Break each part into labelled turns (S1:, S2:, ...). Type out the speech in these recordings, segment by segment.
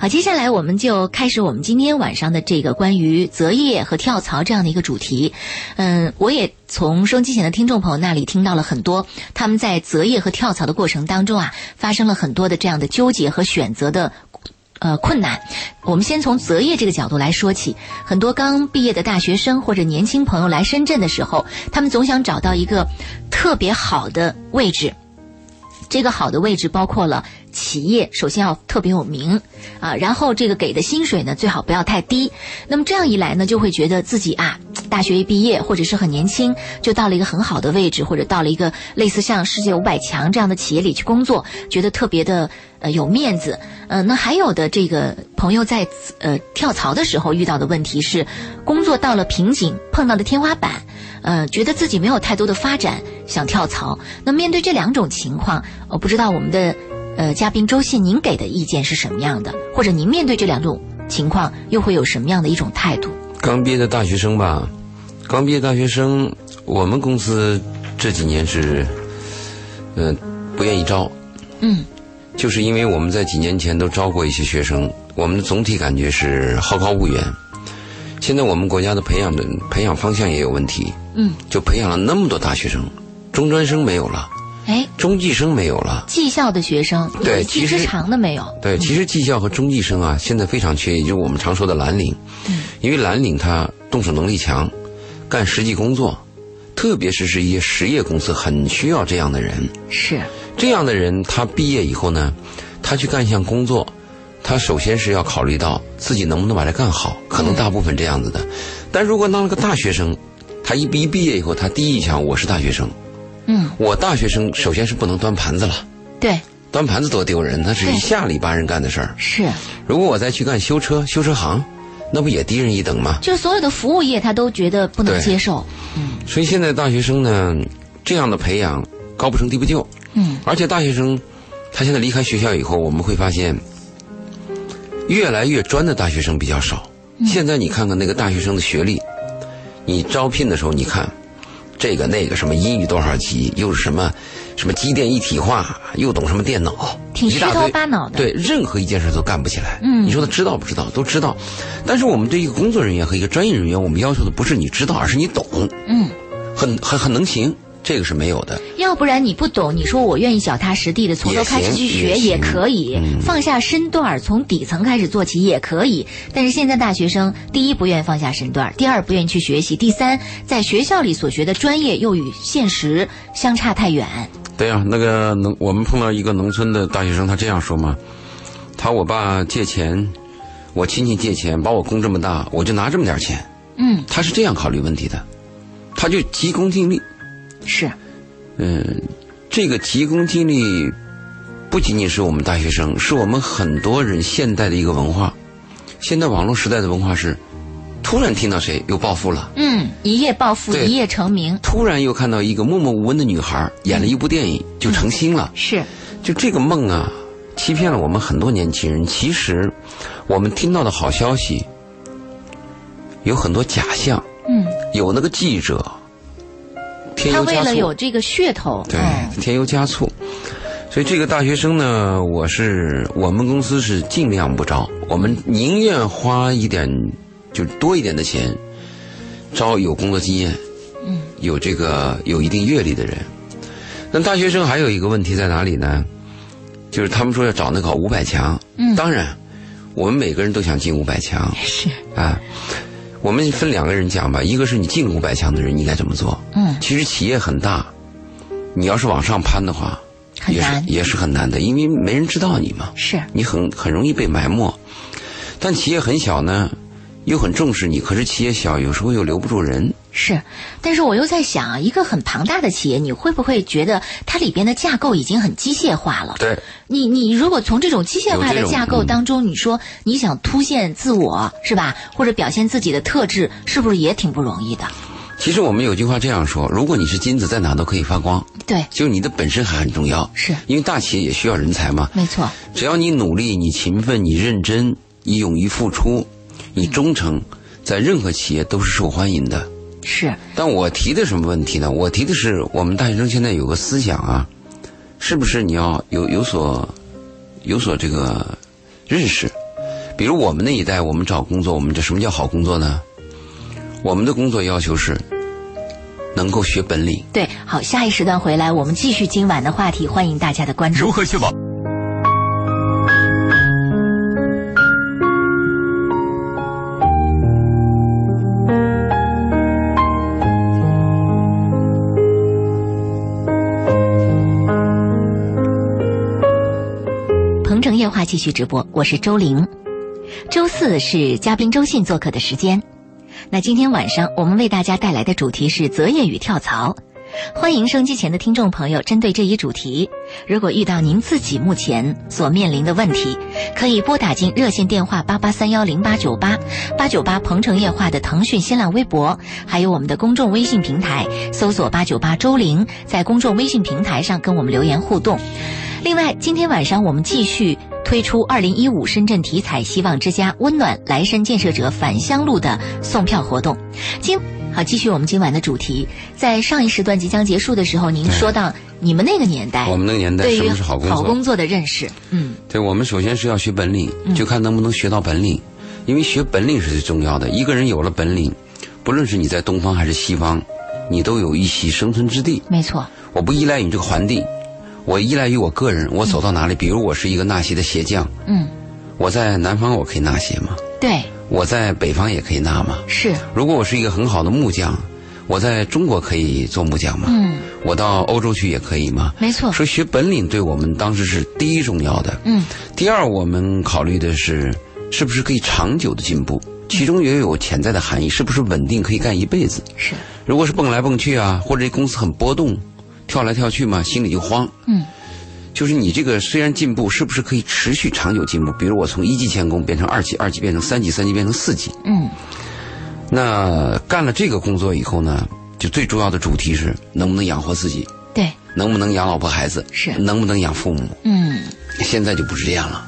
S1: 好，接下来我们就开始我们今天晚上的这个关于择业和跳槽这样的一个主题。嗯，我也从收机前的听众朋友那里听到了很多他们在择业和跳槽的过程当中啊，发生了很多的这样的纠结和选择的。呃，困难。我们先从择业这个角度来说起。很多刚毕业的大学生或者年轻朋友来深圳的时候，他们总想找到一个特别好的位置。这个好的位置包括了企业，首先要特别有名啊，然后这个给的薪水呢最好不要太低。那么这样一来呢，就会觉得自己啊，大学一毕业或者是很年轻，就到了一个很好的位置，或者到了一个类似像世界五百强这样的企业里去工作，觉得特别的呃有面子。呃，那还有的这个朋友在呃跳槽的时候遇到的问题是，工作到了瓶颈，碰到了天花板。呃，觉得自己没有太多的发展，想跳槽。那面对这两种情况，我、呃、不知道我们的呃嘉宾周信，您给的意见是什么样的？或者您面对这两种情况，又会有什么样的一种态度？
S2: 刚毕业的大学生吧，刚毕业大学生，我们公司这几年是，嗯、呃，不愿意招，
S1: 嗯，
S2: 就是因为我们在几年前都招过一些学生，我们的总体感觉是好高骛远。现在我们国家的培养的培养方向也有问题，
S1: 嗯，
S2: 就培养了那么多大学生，中专生没有了，
S1: 哎，
S2: 中技生没有了，
S1: 技校的学生
S2: 对，
S1: 技之长的没有，
S2: 对，其实技校和中技生啊，现在非常缺，也就是我们常说的蓝领，
S1: 嗯，
S2: 因为蓝领他动手能力强，干实际工作，特别是是一些实业公司很需要这样的人，
S1: 是
S2: 这样的人他毕业以后呢，他去干一项工作。他首先是要考虑到自己能不能把它干好，可能大部分这样子的。嗯、但如果当了个大学生，他一一毕业以后，他第一印象我是大学生，
S1: 嗯，
S2: 我大学生首先是不能端盘子了，
S1: 对，
S2: 端盘子多丢人，那是一下里巴人干的事儿。
S1: 是，
S2: 如果我再去干修车、修车行，那不也低人一等吗？
S1: 就是所有的服务业，他都觉得不能接受。嗯，
S2: 所以现在大学生呢，这样的培养高不成低不就。
S1: 嗯，
S2: 而且大学生，他现在离开学校以后，我们会发现。越来越专的大学生比较少。
S1: 嗯
S2: 现在你看看那个大学生的学历，你招聘的时候，你看这个那个什么英语多少级，又是什么什么机电一体化，又懂什么电脑，
S1: 挺虚头巴脑的。
S2: 对，任何一件事都干不起来。
S1: 嗯，
S2: 你说他知道不知道？都知道。但是我们对一个工作人员和一个专业人员，我们要求的不是你知道，而是你懂。
S1: 嗯，
S2: 很很很能行。这个是没有的，
S1: 要不然你不懂，你说我愿意脚踏实地的从头开始去学也可以，
S2: 嗯、
S1: 放下身段从底层开始做起也可以。但是现在大学生，第一不愿意放下身段，第二不愿意去学习，第三在学校里所学的专业又与现实相差太远。
S2: 对呀、啊，那个农我们碰到一个农村的大学生，他这样说嘛，他我爸借钱，我亲戚借钱，把我供这么大，我就拿这么点钱。
S1: 嗯，
S2: 他是这样考虑问题的，他就急功近利。
S1: 是，
S2: 嗯，这个急功近利不仅仅是我们大学生，是我们很多人现代的一个文化。现在网络时代的文化是，突然听到谁又暴富了，
S1: 嗯，一夜暴富，一夜成名。
S2: 突然又看到一个默默无闻的女孩演了一部电影、嗯、就成星了，
S1: 嗯、是，
S2: 就这个梦啊，欺骗了我们很多年轻人。其实，我们听到的好消息有很多假象，
S1: 嗯，
S2: 有那个记者。添
S1: 他
S2: 油加
S1: 为
S2: 醋
S1: 了有这个噱头，
S2: 对，
S1: 嗯
S2: 添油加醋。所以这个大学生呢，我是我们公司是尽量不招，我们宁愿花一点，就是多一点的钱，招有工作经验，
S1: 嗯，
S2: 有这个有一定阅历的人。那大学生还有一个问题在哪里呢？就是他们说要找那个五百强，
S1: 嗯
S2: 当然，我们每个人都想进五百强
S1: 是，
S2: 啊。我们分两个人讲吧，一个是你进五百强的人，你该怎么做？
S1: 嗯，
S2: 其实企业很大，你要是往上攀的话，
S1: 很
S2: 也是
S1: 难，
S2: 也是很难的，因为没人知道你嘛，
S1: 是，
S2: 你很很容易被埋没。但企业很小呢，又很重视你，可是企业小，有时候又留不住人。
S1: 是，但是我又在想啊，一个很庞大的企业，你会不会觉得它里边的架构已经很机械化了？
S2: 对，
S1: 你你如果从这种机械化
S2: 有这
S1: 的
S2: 种嗯
S1: 架构当中，你说你想凸显自我是吧，或者表现自己的特质，是不是也挺不容易的？
S2: 其实我们有句话这样说：如果你是金子，在哪都可以发光。
S1: 对，
S2: 就是你的本身还很重要，
S1: 是
S2: 因为大企业也需要人才嘛。
S1: 没错，
S2: 只要你努力、你勤奋、你认真、你勇于付出、你忠诚，在任何企业都是受欢迎的。
S1: 是，
S2: 但我提的什么问题呢？我提的是我们大学生现在有个思想啊，是不是你要有有所有所这个认识？比如我们那一代，我们找工作，我们这什么叫好工作呢？我们的工作要求是能够学本领。
S1: 对，好，下一时段回来，我们继续今晚的话题，欢迎大家的关注。
S3: 如何确保？
S1: 鹏城夜话继续直播，我是周玲。周四是嘉宾周信做客的时间。那今天晚上我们为大家带来的主题是择业与跳槽。欢迎收机前的听众朋友，针对这一主题，如果遇到您自己目前所面临的问题，可以拨打进热线电话八八三幺零八九八八九八鹏城夜话的腾讯、新浪微博，还有我们的公众微信平台，搜索八九八周玲，在公众微信平台上跟我们留言互动。另外，今天晚上我们继续推出“二零一五深圳体彩希望之家温暖来深建设者返乡路”的送票活动。今好，继续我们今晚的主题。在上一时段即将结束的时候，您说到你们那个年代，
S2: 我们那个年代
S1: 对
S2: 什
S1: 于
S2: 么是好工作？嗯
S1: 的认识，嗯，
S2: 对，我们首先是要学本领，就看能不能学到本领，因为学本领是最重要的。一个人有了本领，不论是你在东方还是西方，你都有一席生存之地。
S1: 没错，
S2: 我不依赖于这个环境，我依赖于我个人。我走到哪里，比如我是一个纳鞋的鞋匠，
S1: 嗯，
S2: 我在南方我可以纳鞋吗？
S1: 对，
S2: 我在北方也可以纳吗？
S1: 是，
S2: 如果我是一个很好的木匠，我在中国可以做木匠吗？
S1: 嗯，
S2: 我到欧洲去也可以吗？
S1: 没错，
S2: 说学本领对我们当时是第一重要的。
S1: 嗯，
S2: 第二，我们考虑的是是不是可以长久的进步，其中也有潜在的含义，是不是稳定可以干一辈子？
S1: 是，
S2: 如果是蹦来蹦去啊，或者这公司很波动，跳来跳去嘛，心里就慌。
S1: 嗯，
S2: 就是你这个虽然进步，是不是可以持续长久进步？比如我从一级钳工变成二级，二级变成三级，三级变成四级。
S1: 嗯，
S2: 那干了这个工作以后呢，就最重要的主题是能不能养活自己，
S1: 对，
S2: 能不能养老婆孩子，
S1: 是
S2: 能不能养父母。
S1: 嗯，
S2: 现在就不是这样了。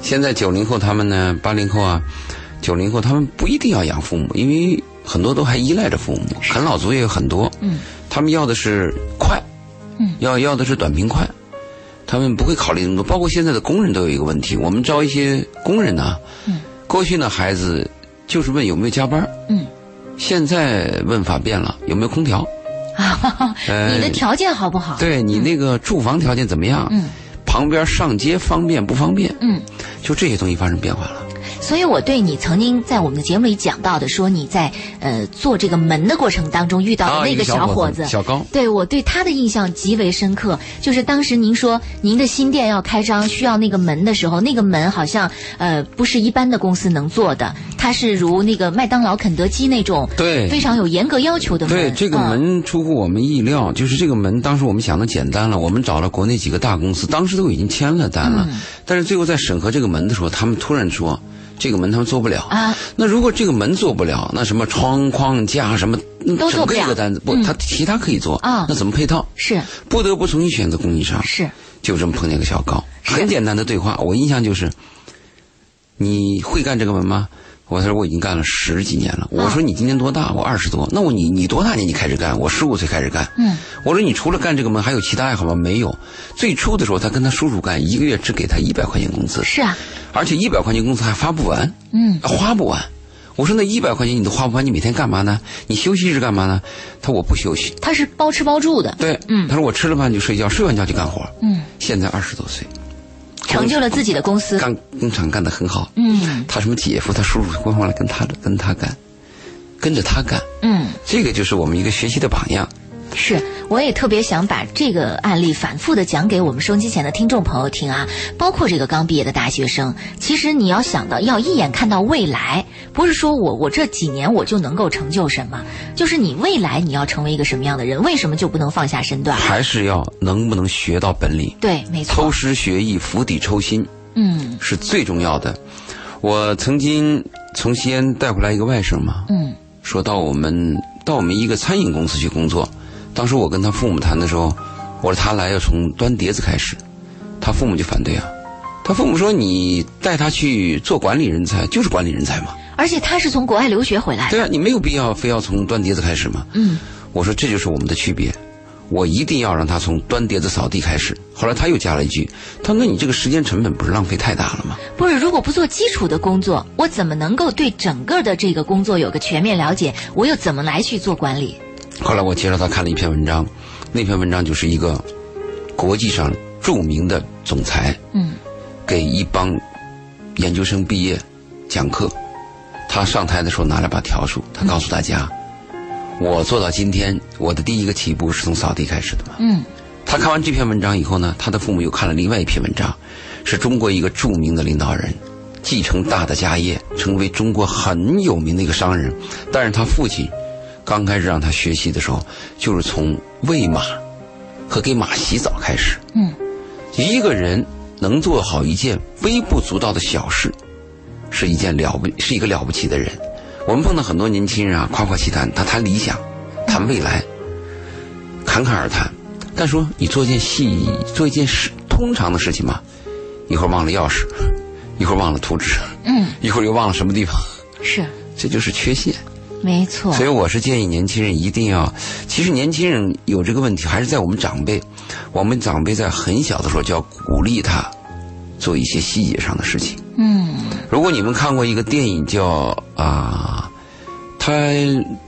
S2: 现在九零后他们呢，八零后啊，九零后他们不一定要养父母，因为很多都还依赖着父母，啃老族也有很多。
S1: 嗯，
S2: 他们要的是快，
S1: 嗯，
S2: 要要的是短平快，他们不会考虑那么多。包括现在的工人都有一个问题，我们招一些工人呢、啊
S1: 嗯，
S2: 过去呢孩子就是问有没有加班，
S1: 嗯，
S2: 现在问法变了，有没有空调？
S1: 啊，
S2: 呃
S1: 你的条件好不好？
S2: 对你那个住房条件怎么样？
S1: 嗯，
S2: 旁边上街方便不方便？
S1: 嗯，
S2: 就这些东西发生变化了。
S1: 所以我对你曾经在我们的节目里讲到的，说你在呃做这个门的过程当中遇到
S2: 啊
S1: 的那
S2: 一个
S1: 小
S2: 伙
S1: 子，
S2: 小高，
S1: 对我对他的印象极为深刻，就是当时您说您的新店要开张需要那个门的时候，那个门好像呃不是一般的公司能做的，它是如那个麦当劳、肯德基那种
S2: 对
S1: 非常有严格要求的门。
S2: 对，这个
S1: 嗯、
S2: 门出乎我们意料，就是这个门，当时我们想的简单了，我们找了国内几个大公司，当时都已经签了
S1: 嗯
S2: 单了，但是最后在审核这个门的时候，他们突然说。这个门他们做不了
S1: 啊。
S2: 那如果这个门做不了，那什么窗框架什么，嗯
S1: 都做
S2: 整
S1: 不
S2: 个一
S1: 了嗯
S2: 个单子不，他其他可以做
S1: 啊
S2: 那怎么配套？
S1: 是
S2: 不得不重新选择供应商。
S1: 是
S2: 就这么碰见个小高，
S1: 是啊
S2: 很简单的对话，我印象就是，你会干这个门吗？我他说我已经干了十几年了。
S1: 啊
S2: 我说你今年多大？我二十多。那我你你多大年纪开始干？我十五岁开始干。
S1: 嗯，
S2: 我说你除了干这个门还有其他爱好吗？没有。最初的时候，他跟他叔叔干，一个月只给他一百块钱工资，
S1: 是啊，
S2: 而且一百块钱工资还发不完，
S1: 嗯，
S2: 花不完。我说那一百块钱你都花不完，你每天干嘛呢？你休息日干嘛呢？他说我不休息。
S1: 它是包吃包住的，
S2: 对，
S1: 嗯
S2: 他说我吃了饭就睡觉，睡完觉就干活。
S1: 嗯，
S2: 现在二十多岁，
S1: 成就了自己的公司，
S2: 干工厂干得很好。
S1: 嗯
S2: 他什么姐夫、他叔叔官方来跟他跟他干，跟着他干，
S1: 嗯。
S2: 这个就是我们一个学习的榜样。
S1: 是，我也特别想把这个案例反复的讲给我们收音机前的听众朋友听啊，包括这个刚毕业的大学生。其实你要想到，要一眼看到未来，不是说我我这几年我就能够成就什么，就是你未来你要成为一个什么样的人，为什么就不能放下身段？
S2: 还是要能不能学到本领，
S1: 对，没
S2: 偷
S1: 错，
S2: 师学艺、釜底抽薪
S1: 嗯
S2: 是最重要的。我曾经从西安带回来一个外甥嘛，
S1: 嗯
S2: 说到我们到我们一个餐饮公司去工作，当时我跟他父母谈的时候，我说他来要从端碟子开始，他父母就反对啊。他父母说：“你带他去做管理人才，就是管理人才嘛。”
S1: 而且他是从国外留学回来的，
S2: 对啊，你没有必要非要从端碟子开始嘛。
S1: 嗯
S2: 我说这就是我们的区别。我一定要让他从端碟子扫地开始。后来他又加了一句：“他说你这个时间成本不是浪费太大了吗
S1: 不是，如果不做基础的工作，我怎么能够对整个的这个工作有个全面了解？我又怎么来去做管理？？”
S2: 后来我介绍他看了一篇文章，那篇文章就是一个国际上著名的总裁
S1: 嗯
S2: 给一帮研究生毕业讲课，他上台的时候拿了把笤帚，他告诉大家：“我做到今天，我的第一个起步是从扫地开始的嘛。”
S1: 嗯
S2: 他看完这篇文章以后呢，他的父母又看了另外一篇文章，是中国一个著名的领导人，继承大的家业，成为中国很有名的一个商人。但是他父亲刚开始让他学习的时候，就是从喂马和给马洗澡开始。
S1: 嗯，
S2: 一个人能做好一件微不足道的小事，是一件了不是一个了不起的人。我们碰到很多年轻人啊，夸夸其谈，他谈理想，谈未来，侃侃而谈。但说你做一件细做一件事通常的事情嘛，一会儿忘了钥匙，一会儿忘了图纸，
S1: 嗯，
S2: 一会儿又忘了什么地方，
S1: 是
S2: 这就是缺陷。
S1: 没错
S2: 所。以我是建议年轻人一定要，其实年轻人有这个问题，还是在我们长辈，我们长辈在很小的时候就要鼓励他做一些细节上的事情。
S1: 嗯
S2: 如果你们看过一个电影叫啊，它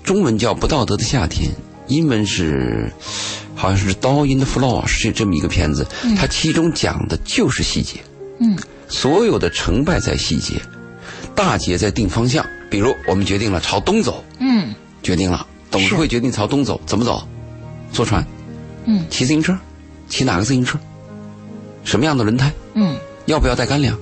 S2: 中文叫《不道德的夏天》，英文是好像是《Door in the Floor》，是这么一个片子。它其中讲的就是细节，
S1: 嗯，
S2: 所有的成败在细节，大节在定方向。比如我们决定了朝东走，
S1: 嗯
S2: 决定了，董事会决定朝东走，怎么走？坐船，
S1: 嗯，
S2: 骑自行车，骑哪个自行车？什么样的轮胎？
S1: 嗯，
S2: 要不要带干粮？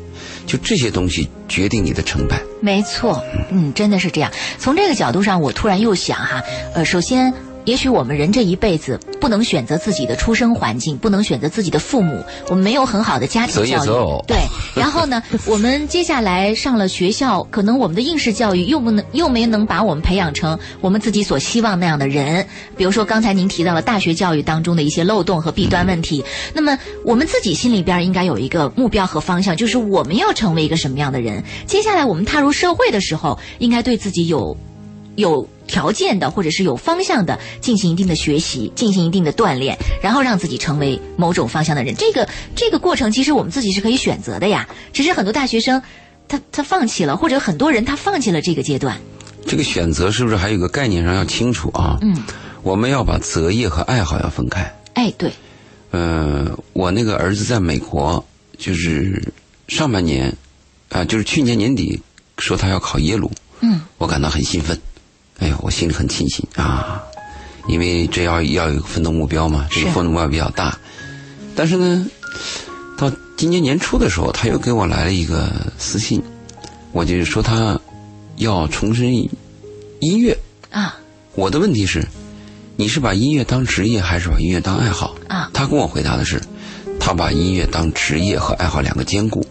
S2: 就这些东西决定你的成败。
S1: 没错。嗯，真的是这样。从这个角度上，我突然又想哈，呃，首先。也许我们人这一辈子不能选择自己的出生环境，不能选择自己的父母，我们没有很好的家庭
S2: 择业
S1: 教育
S2: 择偶，
S1: 对。然后呢，我们接下来上了学校，可能我们的应试教育又不能又没能把我们培养成我们自己所希望那样的人。比如说刚才您提到了大学教育当中的一些漏洞和弊端问题，那么我们自己心里边应该有一个目标和方向，就是我们要成为一个什么样的人。接下来我们踏入社会的时候，应该对自己有有条件的，或者是有方向的，进行一定的学习，进行一定的锻炼，然后让自己成为某种方向的人。这个这个过程，其实我们自己是可以选择的呀。只是很多大学生，他他放弃了，或者很多人他放弃了这个阶段。
S2: 这个选择是不是还有个概念上要清楚啊？嗯，我们要把择业和爱好要分开。
S1: 哎，对，
S2: 呃，我那个儿子在美国，就是上半年，啊、就是去年年底说他要考耶鲁，
S1: 嗯，
S2: 我感到很兴奋，哎呦，我心里很庆幸啊，因为这要要有一个奋斗目标嘛，这个
S1: 是
S2: 奋斗目标比较大，但是呢，到今年年初的时候，他又给我来了一个私信，我就说他要重申音乐，
S1: 啊
S2: 我的问题是，你是把音乐当职业，还是把音乐当爱好？
S1: 啊
S2: 他跟我回答的是，他把音乐当职业和爱好两个兼顾。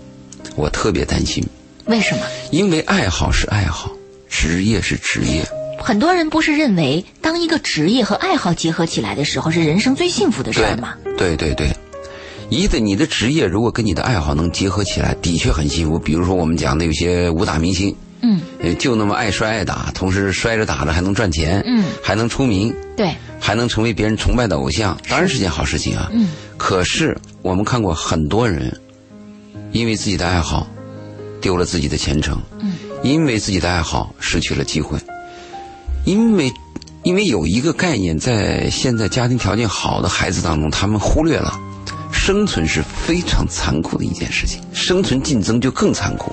S2: 我特别担心，
S1: 为什么？
S2: 因为爱好是爱好，职业是职业。
S1: 很多人不是认为，当一个职业和爱好结合起来的时候，是人生最幸福的事儿吗？
S2: 对对对，一的你的职业如果跟你的爱好能结合起来，的确很幸福。比如说我们讲的有些武打明星，
S1: 嗯
S2: 呃，就那么爱摔爱打，同时摔着打着还能赚钱，
S1: 嗯，
S2: 还能出名，
S1: 对，
S2: 还能成为别人崇拜的偶像，当然是件好事情啊。
S1: 嗯，
S2: 可是我们看过很多人，因为自己的爱好，丢了自己的前程。
S1: 嗯，
S2: 因为自己的爱好失去了机会，因为因为有一个概念，在现在家庭条件好的孩子当中，他们忽略了。生存是非常残酷的一件事情，生存竞争就更残酷。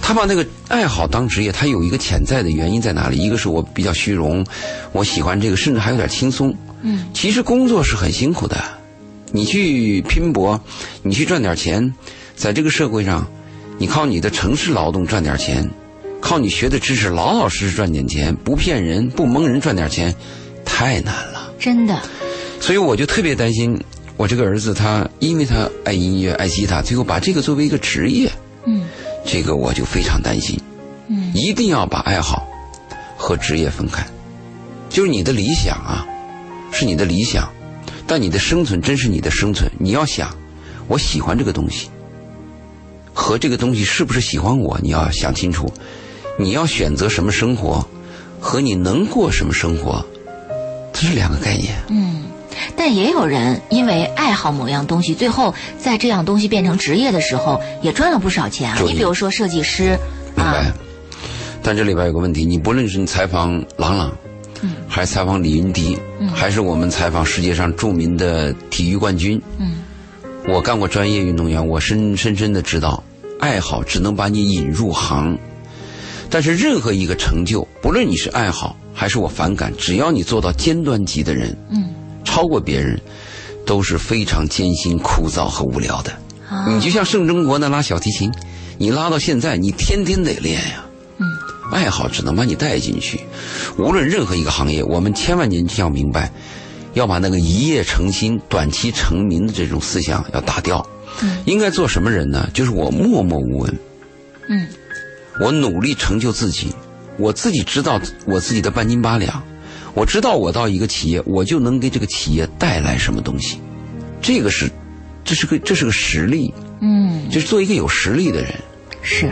S2: 他把那个爱好当职业，他有一个潜在的原因在哪里？一个是我比较虚荣，我喜欢这个，甚至还有点轻松。
S1: 嗯，
S2: 其实工作是很辛苦的，你去拼搏，你去赚点钱，在这个社会上，你靠你的城市劳动赚点钱，靠你学的知识老老实实赚点钱，不骗人不蒙人赚点钱，太难了。
S1: 真的，
S2: 所以我就特别担心我这个儿子他，因为他爱音乐、爱吉他，最后把这个作为一个职业，
S1: 嗯，
S2: 这个我就非常担心，
S1: 嗯，
S2: 一定要把爱好和职业分开，就是你的理想啊，是你的理想，但你的生存真是你的生存，你要想，我喜欢这个东西，和这个东西是不是喜欢我，你要想清楚，你要选择什么生活，和你能过什么生活，这是两个概念。
S1: 嗯，但也有人因为爱好某样东西，最后在这样东西变成职业的时候，也赚了不少钱啊。
S2: 注意
S1: 你比如说设计师
S2: 明
S1: 啊
S2: 白，。但这里边有个问题，你不论是你采访郎朗，
S1: 嗯
S2: 还是采访李云迪，还是我们采访世界上著名的体育冠军，
S1: 嗯
S2: 我干过专业运动员，我深深深的知道，爱好只能把你引入行，但是任何一个成就，不论你是爱好还是我反感，只要你做到尖端级的人，
S1: 嗯
S2: 超过别人，都是非常艰辛、枯燥和无聊的。
S1: 啊
S2: 你就像圣中国那拉小提琴，你拉到现在，你天天得练呀、嗯，爱好只能把你带进去。无论任何一个行业，我们千万年要明白，要把那个一夜成仙、短期成名的这种思想要打掉。
S1: 嗯
S2: 应该做什么人呢？就是我默默无闻，
S1: 嗯
S2: 我努力成就自己，我自己知道我自己的半斤八两，我知道我到一个企业，我就能给这个企业带来什么东西。这个是，这是个这是个实力。
S1: 嗯，
S2: 就是做一个有实力的人。
S1: 是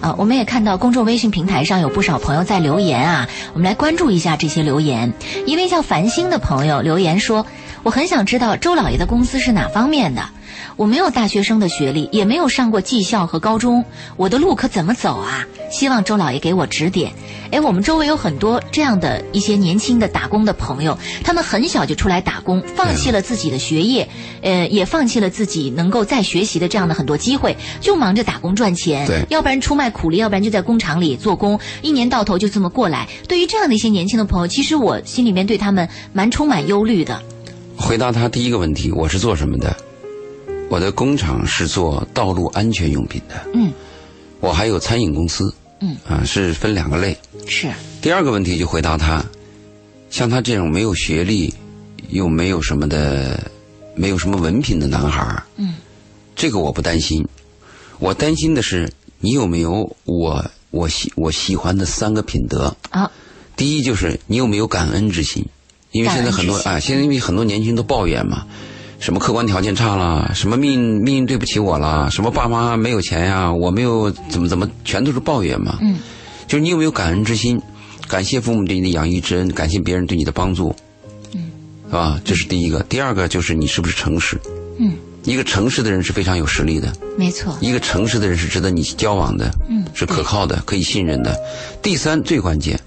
S1: 啊，我们也看到公众微信平台上有不少朋友在留言啊，我们来关注一下这些留言。一位叫繁星的朋友留言说：“我很想知道周老爷的公司是哪方面的，我没有大学生的学历，也没有上过技校和高中，我的路可怎么走啊？希望周老爷给我指点。”哎，我们周围有很多这样的一些年轻的打工的朋友，他们很小就出来打工，放弃了自己的学业，呃，也放弃了自己能够再学习的这样的很多机会，就忙着打工赚钱。
S2: 对
S1: 哎要不然出卖苦力，要不然就在工厂里做工，一年到头就这么过来。对于这样的一些年轻的朋友，其实我心里面对他们蛮充满忧虑的。
S2: 回答他第一个问题，我是做什么的？我的工厂是做道路安全用品的。
S1: 嗯，
S2: 我还有餐饮公司。
S1: 嗯，
S2: 啊，是分两个类。
S1: 是，
S2: 第二个问题就回答他，像他这种没有学历，又没有什么的，没有什么文凭的男孩儿，
S1: 嗯，
S2: 这个我不担心，我担心的是你有没有我我喜我喜欢的三个品德。
S1: 啊，
S2: 第一就是你有没有感恩之心，因为现在很多
S1: 感
S2: 啊，现在因为很多年轻人都抱怨嘛，什么客观条件差啦，什么命命运对不起我啦，什么爸妈没有钱呀、我没有怎么怎么，全都是抱怨嘛。
S1: 嗯，
S2: 就是你有没有感恩之心，感谢父母对你的养育之恩，感谢别人对你的帮助。嗯，啊，这是第一个。第二个就是你是不是诚实？
S1: 嗯，
S2: 一个诚实的人是非常有实力的。
S1: 没错，
S2: 一个诚实的人是值得你交往的，
S1: 嗯
S2: 是可靠的，可以信任的。第三，最关键，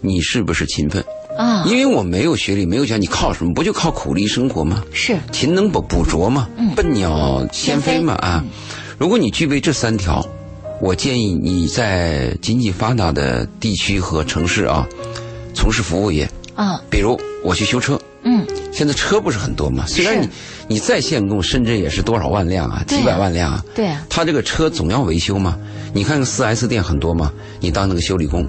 S2: 你是不是勤奋？
S1: 啊，
S2: 因为我没有学历，没有钱，你靠什么？不就靠苦力生活吗？
S1: 是，
S2: 勤能补补拙吗？笨鸟先飞嘛
S1: 嗯先飞
S2: 啊！如果你具备这三条，我建议你在经济发达的地区和城市啊，从事服务业。
S1: 啊，
S2: 比如我去修车，
S1: 嗯，
S2: 现在车不是很多嘛？虽然你
S1: 是
S2: 你在限购，深圳也是多少万辆啊，
S1: 对啊
S2: 几百万辆啊。
S1: 对啊，
S2: 他这个车总要维修嘛，你看看四 S 店很多嘛，你当那个修理工，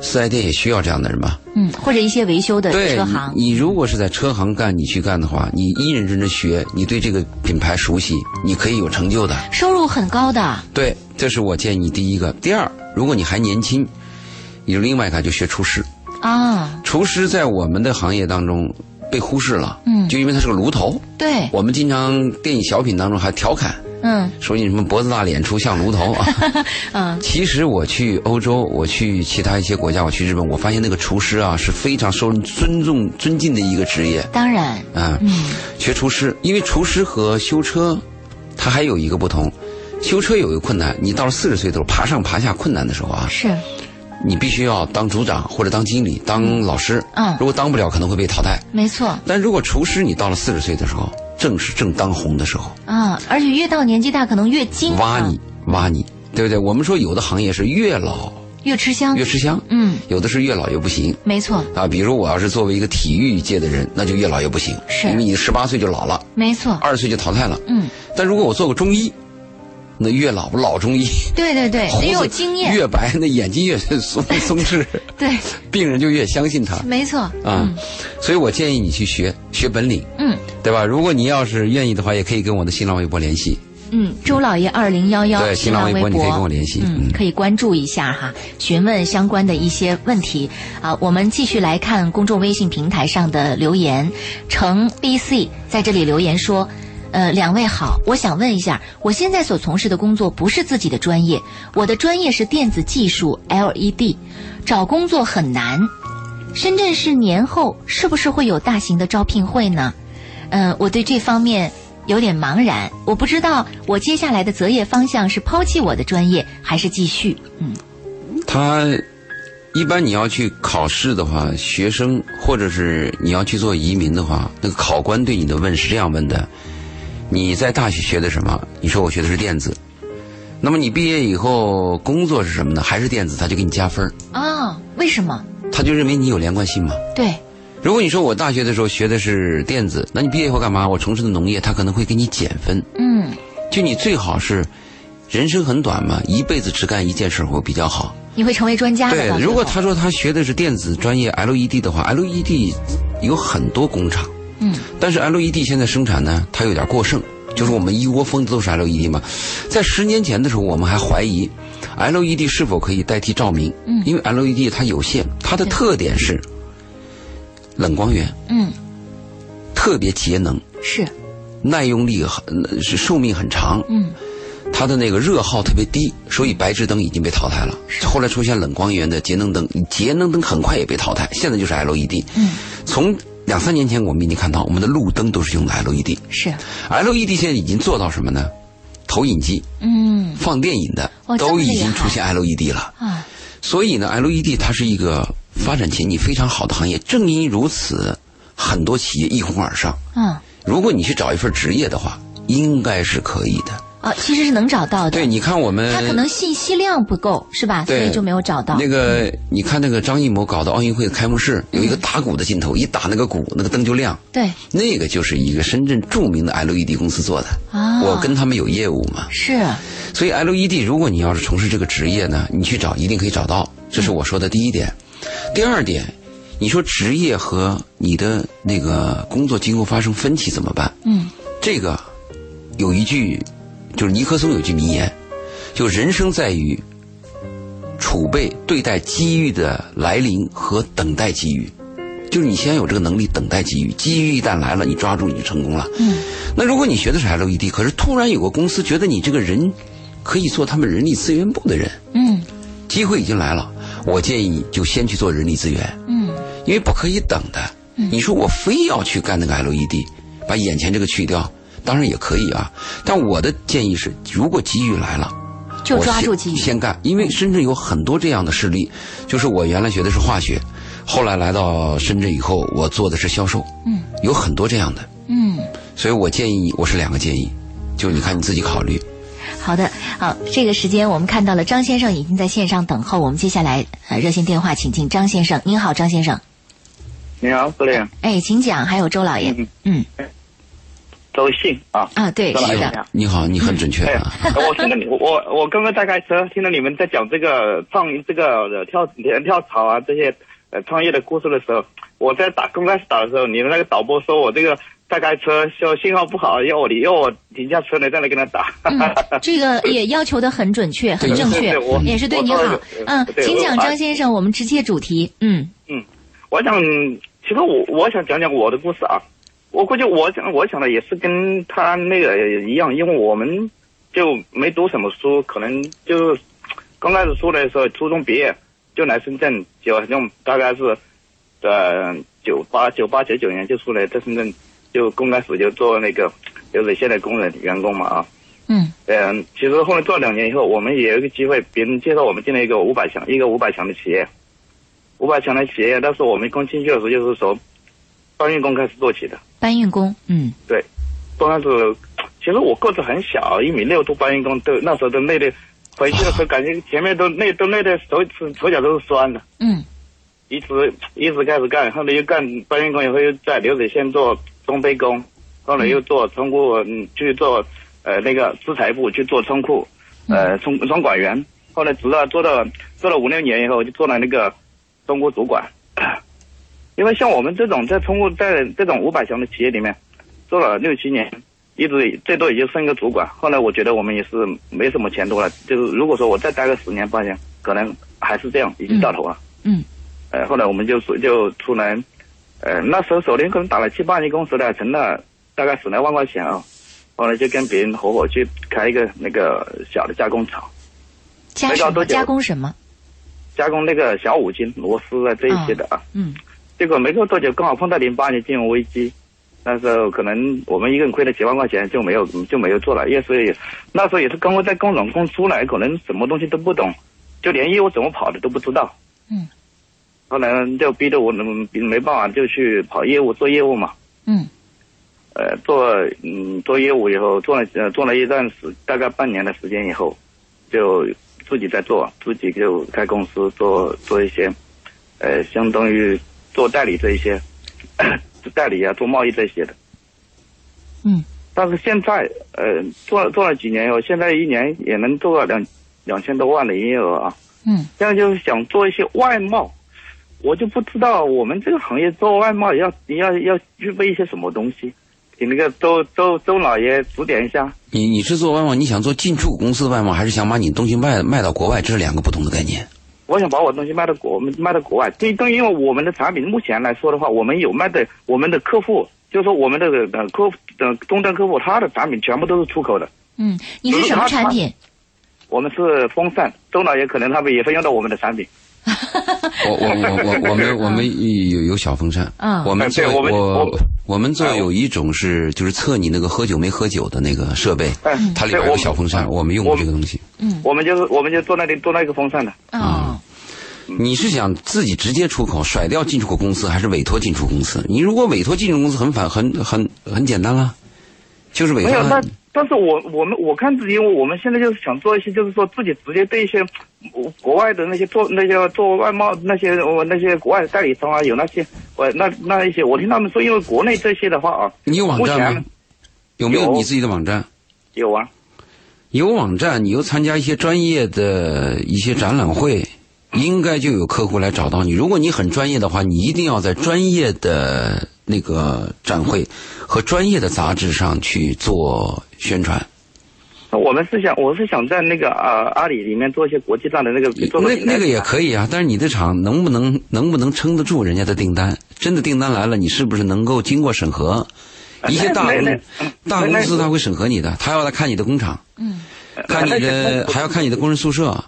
S2: 四 S 店也需要这样的人嘛。
S1: 嗯，或者一些维修的
S2: 对，
S1: 车行，
S2: 你你如果是在车行干，你去干的话，你一认真的学，你对这个品牌熟悉，你可以有成就的。
S1: 收入很高的，
S2: 对，这是我建议第一个。第二，如果你还年轻，你就另外一个就学厨师。
S1: 啊，
S2: 厨师在我们的行业当中被忽视了，
S1: 嗯
S2: 就因为他是个炉头。
S1: 对，
S2: 我们经常电影小品当中还调侃
S1: 嗯
S2: 说你什么脖子大脸粗像炉头啊。
S1: 嗯，
S2: 其实我去欧洲，我去其他一些国家，我去日本，我发现那个厨师啊是非常受人尊重、尊敬的一个职业
S1: 当然，嗯
S2: 啊。学厨师，因为厨师和修车，它还有一个不同。修车有一个困难，你到了四十岁的时候，爬上爬下困难的时候啊，
S1: 是，
S2: 你必须要当组长或者当经理、当老师。
S1: 嗯
S2: 如果当不了，可能会被淘汰。
S1: 没错，
S2: 但如果厨师，你到了四十岁的时候，正是正当红的时候，
S1: 啊，而且越到年纪大，可能越精
S2: 挖
S1: 啊
S2: 你挖你，对不对？我们说有的行业是越老
S1: 越吃香
S2: 越，吃香，
S1: 嗯，
S2: 有的是越老越不行。
S1: 没错，
S2: 啊，比如我要是作为一个体育界的人，那就越老越不行，
S1: 是
S2: 因为你十八岁就老了，
S1: 没错，
S2: 二十岁就淘汰了。
S1: 嗯，
S2: 但如果我做个中医，那越老老中医，
S1: 对对对，
S2: 猴
S1: 哎得 有
S2: 子
S1: 经验，
S2: 越白，那眼睛越 松松弛，
S1: 对，
S2: 病人就越相信他
S1: 没错，
S2: 啊。所以我建议你去学学本领，
S1: 嗯。
S2: 对吧？如果你要是愿意的话，也可以跟我的新浪微博联系。
S1: 嗯，周老爷二零幺幺
S2: 对新浪微
S1: 微
S2: 博你可以跟我联系
S1: 嗯，
S2: 嗯
S1: 可以关注一下哈，询问相关的一些问题啊。我们继续来看公众微信平台上的留言，程 BC 在这里留言说。呃，两位好，我想问一下，我现在所从事的工作不是自己的专业，我的专业是电子技术 LED，找工作很难。深圳市年后是不是会有大型的招聘会呢？呃，我对这方面有点茫然，我不知道我接下来的择业方向是抛弃我的专业，还是继续。嗯，
S2: 他一般你要去考试的话，学生或者是你要去做移民的话，那个考官对你的问是这样问的：你在大学学的什么？你说我学的是电子。那么你毕业以后工作是什么呢？还是电子？他就给你加分儿
S1: 哦，为什么？
S2: 他就认为你有连贯性嘛。
S1: 对，
S2: 如果你说我大学的时候学的是电子，那你毕业以后干嘛？我从事的农业，他可能会给你减分。
S1: 嗯，
S2: 就你最好是，人生很短嘛，一辈子只干一件事儿会比较好。
S1: 你会成为专家的。
S2: 对
S1: 到，最
S2: 如果
S1: 后
S2: 他说他学的是电子专业 LED 的话，LED 有很多工厂，
S1: 嗯，
S2: 但是 LED 现在生产呢，它有点过剩，就是我们一窝蜂的都是 LED 嘛。在十年前的时候，我们还怀疑 LED 是否可以代替照明，
S1: 嗯
S2: 因为 LED 它有限，它的
S1: 对
S2: 特点是冷光源，
S1: 嗯
S2: 特别节能，
S1: 是
S2: 耐用力很呃是寿命很长，
S1: 嗯
S2: 它的那个热耗特别低，所以白炽灯已经被淘汰了。后来出现冷光源的节能灯，节能灯很快也被淘汰，现在就是 LED。
S1: 嗯
S2: 从两三年前我们已经看到，我们的路灯都是用的 E LED。
S1: 是
S2: LED E 现在已经做到什么呢？投影机、
S1: 嗯
S2: 放电影的
S1: 哇这么
S2: 都已
S1: 厉害
S2: 经出现 LED 了。
S1: 啊
S2: 所以呢，LED 它是一个发展前景非常好的行业。正因如此，很多企业一哄而上。
S1: 嗯
S2: 如果你去找一份职业的话，应该是可以的。
S1: 啊，其实是能找到的。
S2: 对，你看我们
S1: 他可能信息量不够，是吧？所
S2: 对
S1: 以就没有找到。
S2: 那个，你看那个张艺谋搞的奥运会的开幕式，有一个打鼓的镜头，一打那个鼓，那个灯就亮。
S1: 对
S2: 那个就是一个深圳著名的 LED 公司做的，
S1: 啊，
S2: 我跟他们有业务嘛，
S1: 是
S2: 所以 LED 如果你要是从事这个职业呢，你去找一定可以找到，这是我说的第一点。第二点，你说职业和你的那个工作今后发生分歧怎么办？
S1: 嗯
S2: 这个有一句，就是尼克松有句名言，就人生在于储备、对待机遇的来临和等待机遇。就是你先有这个能力等待机遇，机遇一旦来了，你抓住你就成功了。
S1: 嗯，
S2: 那如果你学的是 LED，可是突然有个公司觉得你这个人可以做他们人力资源部的人，
S1: 嗯
S2: 机会已经来了，我建议你就先去做人力资源。
S1: 嗯
S2: 因为不可以等的。你说我非要去干那个 LED，把眼前这个去掉，当然也可以啊。但我的建议是，如果机遇来了，
S1: 就抓住机
S2: 我
S1: 遇
S2: 先先干，因为深圳有很多这样的事例。就是我原来学的是化学，后来来到深圳以后，我做的是销售，
S1: 嗯，
S2: 有很多这样的。
S1: 嗯。
S2: 所以我建议，我是两个建议，就你看你自己考虑。
S1: 好的，好，这个时间我们看到了张先生已经在线上等候，我们接下来呃热线电话请进张先生。您好，张先生，
S3: 你好，司令，
S1: 哎，请讲。还有周老爷，嗯
S3: 嗯周信啊。
S1: 啊，对，
S3: 周老
S1: 是
S3: 爷
S1: 的，
S2: 哎
S1: 嗯
S2: 你好，你很准确
S3: 哎
S2: 啊
S3: 呀。，我听了你，我我我刚刚在开车，听到你们在讲这个创这个呃跳跳槽啊这些呃创业的故事的时候，我在打刚开始打的时候，你的那个导播说我这个在开车，说信号不好，要我离要我停下车来再来跟他打。
S1: 嗯，这个也要求的很准确，很
S2: 对
S1: 正确
S3: 对对我，
S1: 也是对你
S3: 我
S1: 好。嗯，
S3: 呃对
S1: 请
S3: 我
S1: 讲，张先生，我们直接主题。嗯
S3: 我想，其实我我想讲讲我的故事啊。我估计我想我想的也是跟他那个一样，因为我们就没读什么书，可能就刚开始出来的时候，初中毕业就来深圳，九用大概是呃九八九八九九年就出来，在深圳就刚开始就做那个流水线的工人员工嘛啊。
S1: 嗯
S3: 嗯，其实后来做了两年以后，我们也有一个机会，别人介绍我们进了一个五百强，一个五百强的企业，五百强的企业，当时我们刚进去的时候就是从搬运工开始做起的。
S1: 搬运工，嗯
S3: 刚开始，其实我个子很小，一米六多，搬运工都那时候都累的，回去的时候感觉前面都累都累的手指手脚都是酸的，
S1: 嗯
S3: 一直一直开始干，后来又干搬运工，以后又在流水线做装备工，后来又做仓库，嗯，去做呃那个资材部去做仓库，呃
S1: 嗯
S3: 仓仓管员，后来直到做到做了五六年以后，就做了那个仓库主管。因为像我们这种在通过在这种五百强的企业里面做了六七年，一直最多也就升个主管。后来我觉得我们也是没什么前途了，就是如果说我再待个十年八年，可能还是这样，已经到头了。
S1: 嗯
S3: 呃，后来我们就出就出来，呃，那时候手里可能打了七八年工，手里还存了大概十来万块钱啊、后来就跟别人合伙去开一个那个小的加工厂，
S1: 加
S3: 没
S1: 什
S3: 搞
S1: 么
S3: 多久
S1: 加工什么？
S3: 加工那个小五金、螺丝啊这一些的啊。
S1: 嗯
S3: 结果没过多久，刚好碰到零八年金融危机，那时候可能我们一个人亏了几万块钱就没有就没有做了，也是也那时候也是刚刚在工农工出来，可能什么东西都不懂，就连业务怎么跑的都不知道。
S1: 嗯。
S3: 后来就逼着我能没办法就去跑业务做业务嘛，
S1: 嗯
S3: 呃，做嗯做业务以后做了呃做了一段时大概半年的时间以后，就自己在做，自己就开公司做做一些，呃，相当于做代理这一些， 代理啊，做贸易这些的。
S1: 嗯
S3: 但是现在，呃，做了做了几年以后，现在一年也能做到两两千多万的营业额啊。
S1: 嗯
S3: 现在就是想做一些外贸，我就不知道我们这个行业做外贸要要要具备一些什么东西，请那个周周周老爷指点一下。
S2: 你你是做外贸，你想做进出口公司的外贸，还是想把你东西卖卖到国外？这是两个不同的概念。
S3: 我想把我东西卖到国卖到国外，这更因为我们的产品目前来说的话，我们有卖的我们的客户，就是说我们的呃客户呃终端客户，他的产品全部都是出口的。
S1: 嗯，你是什么产品？
S3: 我们是风扇，周老爷可能他们也会用到我们的产品。
S2: 我我我我我们我们有有小风扇，
S1: 嗯
S2: 我们
S3: 对
S2: 做
S3: 我们
S2: 我
S3: 我
S2: 我们做
S3: 哎我
S2: 有一种是就是测你那个喝酒没喝酒的那个设备，
S3: 哎，
S2: 它嗯里边
S3: 对我
S2: 有
S3: 们
S2: 小风扇，我们用过
S3: 我
S2: 这个东西。
S1: 嗯
S3: 我们就是我们就做那里做那个风扇的，
S1: 哦
S2: 你是想自己直接出口，甩掉进出口公司，还是委托进出口公司？你如果委托进出口公司，很反很很很简单了，就是委
S3: 没
S2: 托
S3: 有那
S2: 他。
S3: 但是我我们我看自己，因为我们现在就是想做一些，就是说自己直接对一些国国外的那些做那些做外贸那些我那些国外的代理商啊，有那些我那那一些，我听他们说，因为国内这些的话啊，
S2: 你有网
S3: 目
S2: 站吗
S3: 前？
S2: 有没有
S3: 有
S2: 你自己的网站？
S3: 有啊，
S2: 有网站，你又参加一些专业的一些展览会，应该就有客户来找到你。如果你很专业的话，你一定要在专业的那个展会和专业的杂志上去做宣传。
S3: 那我们是想我是想在那个呃阿里里面做一些国际站的那个做
S2: 那
S3: 平台
S2: 那个也可以啊，但是你的厂能不能能不能撑得住人家的订单？真的订单来了，你是不是能够经过审核？一些大
S3: 哎那
S2: 公
S3: 那
S2: 大公司
S3: 那
S2: 他会审核你的，他要来看你的工厂，
S1: 嗯
S2: 看你的还要看你的工人宿舍，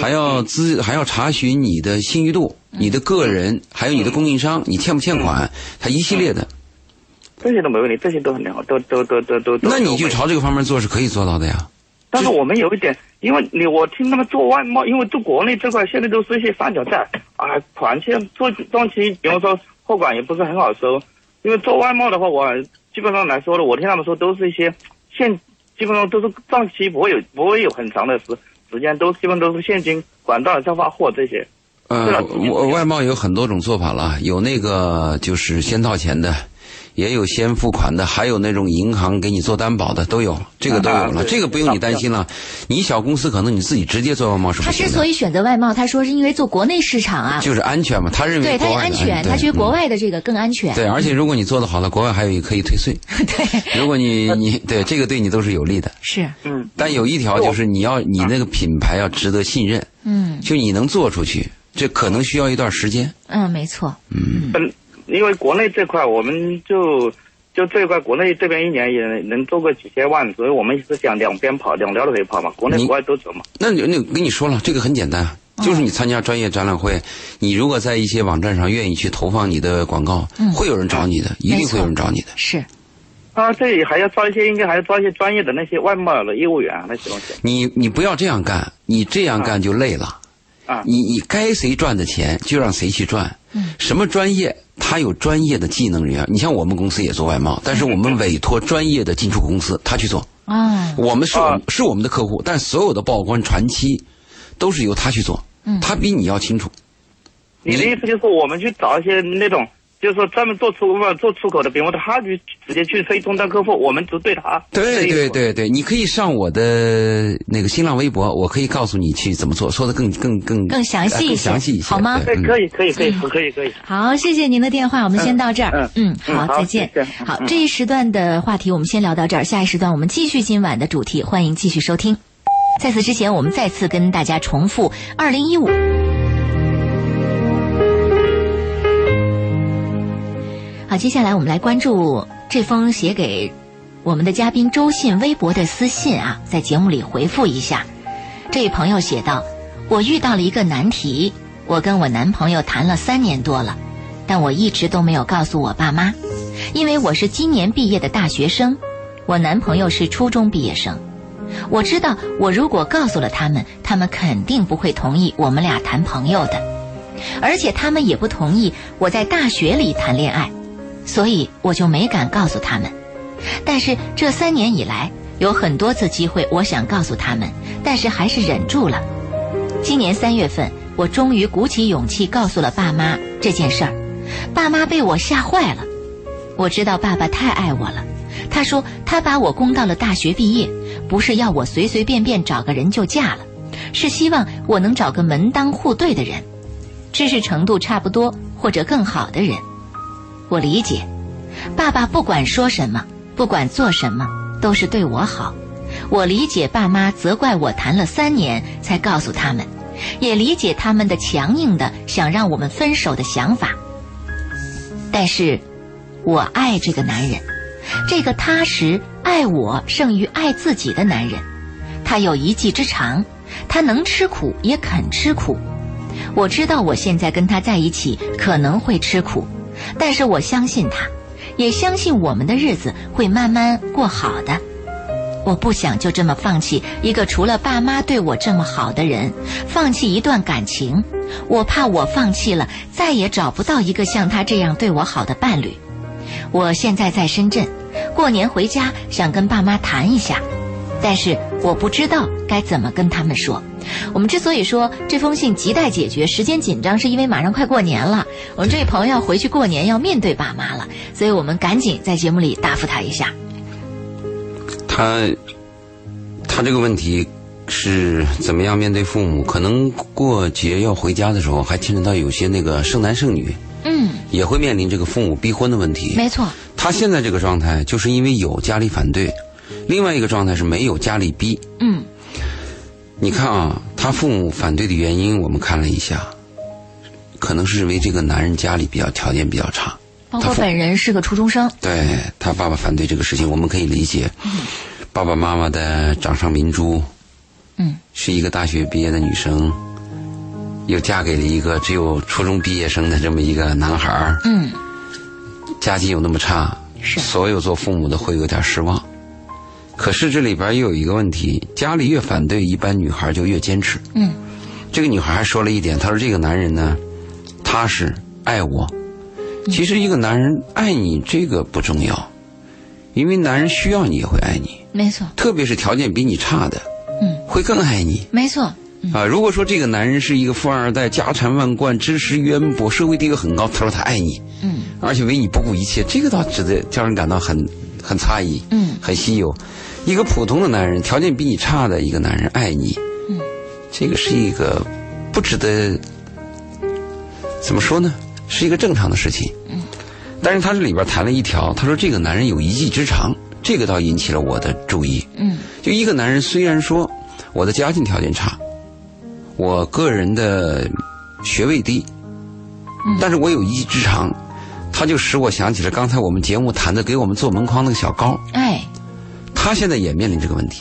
S2: 还要资还要查询你的信誉度、你的个人，还有你的供应商，你欠不欠
S3: 嗯
S2: 款，他一系列的，
S3: 这些都没问题，这些都很好，都都都都嗯都都
S2: 那你就
S3: 没
S2: 朝这个方面做是可以做到的呀。
S3: 但是我们有一点，因为你我听他们做外贸，因为做国内这块现在都是一些三角债啊，款现在做东西，比方说货款也不是很好收，因为做外贸的话，我基本上来说的，我听他们说都是一些现，基本上都是账期不会有不会有很长的时时间，都基本都是现金管道上发货这些。对
S2: 呃，
S3: 了
S2: 我外贸有很多种做法了，有那个就是先到钱的，也有先付款的，还有那种银行给你做担保的，都有，这个都有
S3: 啊
S2: 了，
S3: 对
S2: 这个不用你担心了。你小公司可能你自己直接做外贸是不
S1: 他之
S2: 行
S1: 所
S2: 的，
S1: 以选择外贸，他说是因为做国内市场啊，
S2: 就是安全嘛，他认为
S1: 对，他
S2: 国
S1: 也
S2: 外
S1: 安
S2: 的
S1: 全，
S2: 对
S1: 他觉得国
S2: 嗯
S1: 外的嗯这个更安全。
S2: 对，而且如果你做得好了，国外还有一个可以 退税。对，如果
S1: 呃
S2: 你你对这个对你都是有利的，
S1: 是，
S3: 嗯，
S2: 但有一条就是你要你那个品牌要值得信任，
S1: 嗯
S2: 就你能做出去，这可能需要一段时间。
S1: 嗯，没错，
S3: 本因为国内这块我们就。就这一块，国内这边一年也能做个几千万，所以我们是想两边跑，两条腿跑嘛，国内
S2: 你
S3: 国外都走嘛。
S2: 那你那跟你说了，这个很简单，就是你参加专业展览会，你如果在一些网站上愿意去投放你的广告，会有人找你的，一定会有人找你的。
S1: 是，
S3: 他这里啊还要招一些，应该还要招一些专业的那些外贸的业务员啊，那些东西
S2: 你你不要这样干，你这样干就累了。
S3: 啊。
S2: 你你该谁赚的钱就让谁去赚。什么专业，他有专业的技能人员。你像我们公司也做外贸，但是我们委托专业的进出口公司，他去做。
S1: 啊，
S2: 我们是我们
S3: 啊
S2: 是我们的客户，但所有的报关传期都是由他去做，他比你要清楚。
S3: 你的意思就是说我们去找一些那种，就是说专门做出口做出口的，比方说他去直接去推终端客户，我们只对他。
S2: 对
S3: 这个意
S2: 对
S3: 思。
S2: 对对，你可以上我的那个新浪微博，我可以告诉你去怎么做，说的更更更啊
S1: 更详细一些
S2: 更详细一些，
S1: 好吗
S2: 对嗯
S3: 对，哎可以可以可以可以可以。
S1: 好，谢谢您的电话，我们先到这儿。嗯，好，
S3: 嗯好
S1: 再见
S3: 谢谢。嗯
S1: 好，这一时段的话题我们先聊到这儿，下一时段我们继续今晚的主题，欢迎继续收听。在此之前，我们再次跟大家重复：二零一五。好，接下来我们来关注这封写给我们的嘉宾周信微博的私信啊，在节目里回复一下。这位朋友写道：“我遇到了一个难题，我跟我男朋友谈了三年多了，但我一直都没有告诉我爸妈。因为我是今年毕业的大学生，我男朋友是初中毕业生。我知道，我如果告诉了他们，他们肯定不会同意我们俩谈朋友的，而且他们也不同意我在大学里谈恋爱，所以我就没敢告诉他们。但是这三年以来，有很多次机会，我想告诉他们，但是还是忍住了。今年三月份，我终于鼓起勇气告诉了爸妈这件事儿，爸妈被我吓坏了。我知道爸爸太爱我了，他说他把我供到了大学毕业，不是要我随随便便找个人就嫁了，是希望我能找个门当户对的人，知识程度差不多或者更好的人。我理解，爸爸不管说什么，不管做什么，都是对我好。我理解爸妈责怪我谈了三年才告诉他们，也理解他们的强硬的想让我们分手的想法。但是，我爱这个男人，这个踏实爱我胜于爱自己的男人。他有一技之长，他能吃苦也肯吃苦。我知道我现在跟他在一起可能会吃苦，但是我相信他，也相信我们的日子会慢慢过好的。我不想就这么放弃一个除了爸妈对我这么好的人，放弃一段感情。我怕我放弃了，再也找不到一个像他这样对我好的伴侣。我现在在深圳，过年回家想跟爸妈谈一下，但是我不知道该怎么跟他们说。我们之所以说这封信亟待解决，时间紧张，是因为马上快过年了，我们这位朋友要回去过年，要面对爸妈了，所以我们赶紧在节目里答复他一下。
S2: 他他这个问题是怎么样面对父母？可能过节要回家的时候，还牵扯到有些那个剩男剩女，
S1: 嗯，
S2: 也会面临这个父母逼婚的问题。
S1: 没错，
S2: 他现在这个状态，就是因为有家里反对，另外一个状态是没有家里逼。
S1: 嗯，
S2: 你看啊，他父母反对的原因，我们看了一下，可能是因为这个男人家里比较条件比较差，
S1: 包括本人是个初中生，
S2: 对他爸爸反对这个事情，我们可以理解。爸爸妈妈的掌上明珠
S1: 嗯
S2: 是一个大学毕业的女生，又嫁给了一个只有初中毕业生的这么一个男孩儿，
S1: 嗯，
S2: 家境有那么差，
S1: 是
S2: 所有做父母的会有点失望。可是这里边又有一个问题，家里越反对，一般女孩就越坚持。
S1: 嗯，
S2: 这个女孩还说了一点，她说这个男人呢，踏实爱我。其实一个男人爱你这个不重要，因为男人需要你也会爱你，
S1: 没错，
S2: 特别是条件比你差的，
S1: 嗯，
S2: 会更爱你。
S1: 没错，
S2: 啊，如果说这个男人是一个富二代，家产万贯，知识渊博，社会地位很高，他说他爱你，
S1: 嗯，
S2: 而且为你不顾一切，这个倒值得叫人感到很很诧异，
S1: 嗯
S2: 很稀有。一个普通的男人，条件比你差的一个男人爱你，
S1: 嗯，
S2: 这个是一个不值得怎么说呢？是一个正常的事情。嗯，但是他这里边谈了一条，他说这个男人有一技之长，这个倒引起了我的注意。
S1: 嗯
S2: 就一个男人，虽然说我的家境条件差，我个人的学位低，但是我有一技之长，他就使我想起了刚才我们节目谈的给我们做门框那个小高，
S1: 哎，
S2: 他现在也面临这个问题，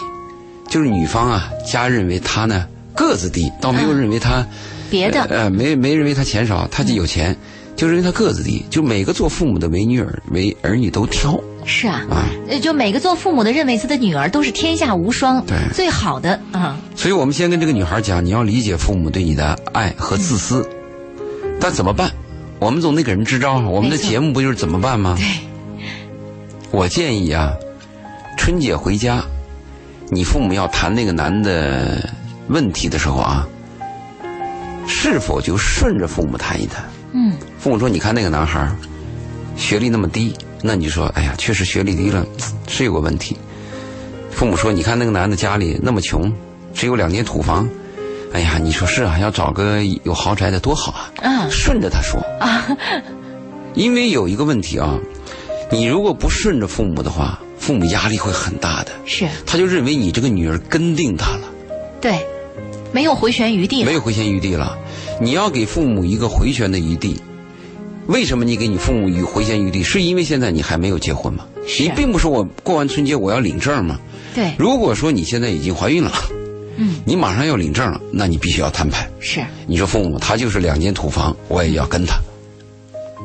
S2: 就是女方啊，家认为他呢个子低，倒没有认为他、
S1: 别的，
S2: 呃没没认为他钱少，他就有钱，就认为他个子低，就每个做父母的为女儿为儿女都挑
S1: 是啊，
S2: 啊。
S1: 呃就每个做父母的认为自己的女儿都是天下无双，
S2: 对
S1: 最好的啊，
S2: 所以我们先跟这个女孩讲，你要理解父母对你的爱和自私，但怎么办？我们总得给人支招啊。我们的
S1: 嗯没错
S2: 节目不就是怎么办吗？我建议啊，春节回家，你父母要谈那个男的问题的时候啊，是否就顺着父母谈一谈？
S1: 嗯
S2: 父母说：“你看那个男孩儿，学历那么低，那你就说，哎呀，确实学历低了，是有个问题。”父母说：“你看那个男的家里那么穷，只有两间土房，哎呀，你说是啊，要找个有豪宅的多好啊。”
S1: 啊
S2: 顺着他说啊，因为有一个问题啊，你如果不顺着父母的话，父母压力会很大的，
S1: 是
S2: 他就认为你这个女儿跟定他了。
S1: 对，没有回旋余地了
S2: 没有回旋余地了。你要给父母一个回旋的余地。为什么你给你父母有回旋余地？是因为现在你还没有结婚吗？
S1: 是
S2: 你并不是我过完春节我要领证吗？
S1: 对，
S2: 如果说你现在已经怀孕了，
S1: 嗯，
S2: 你马上要领证了，那你必须要摊牌。
S1: 是
S2: 你说父母他就是两间土房，我也要跟他。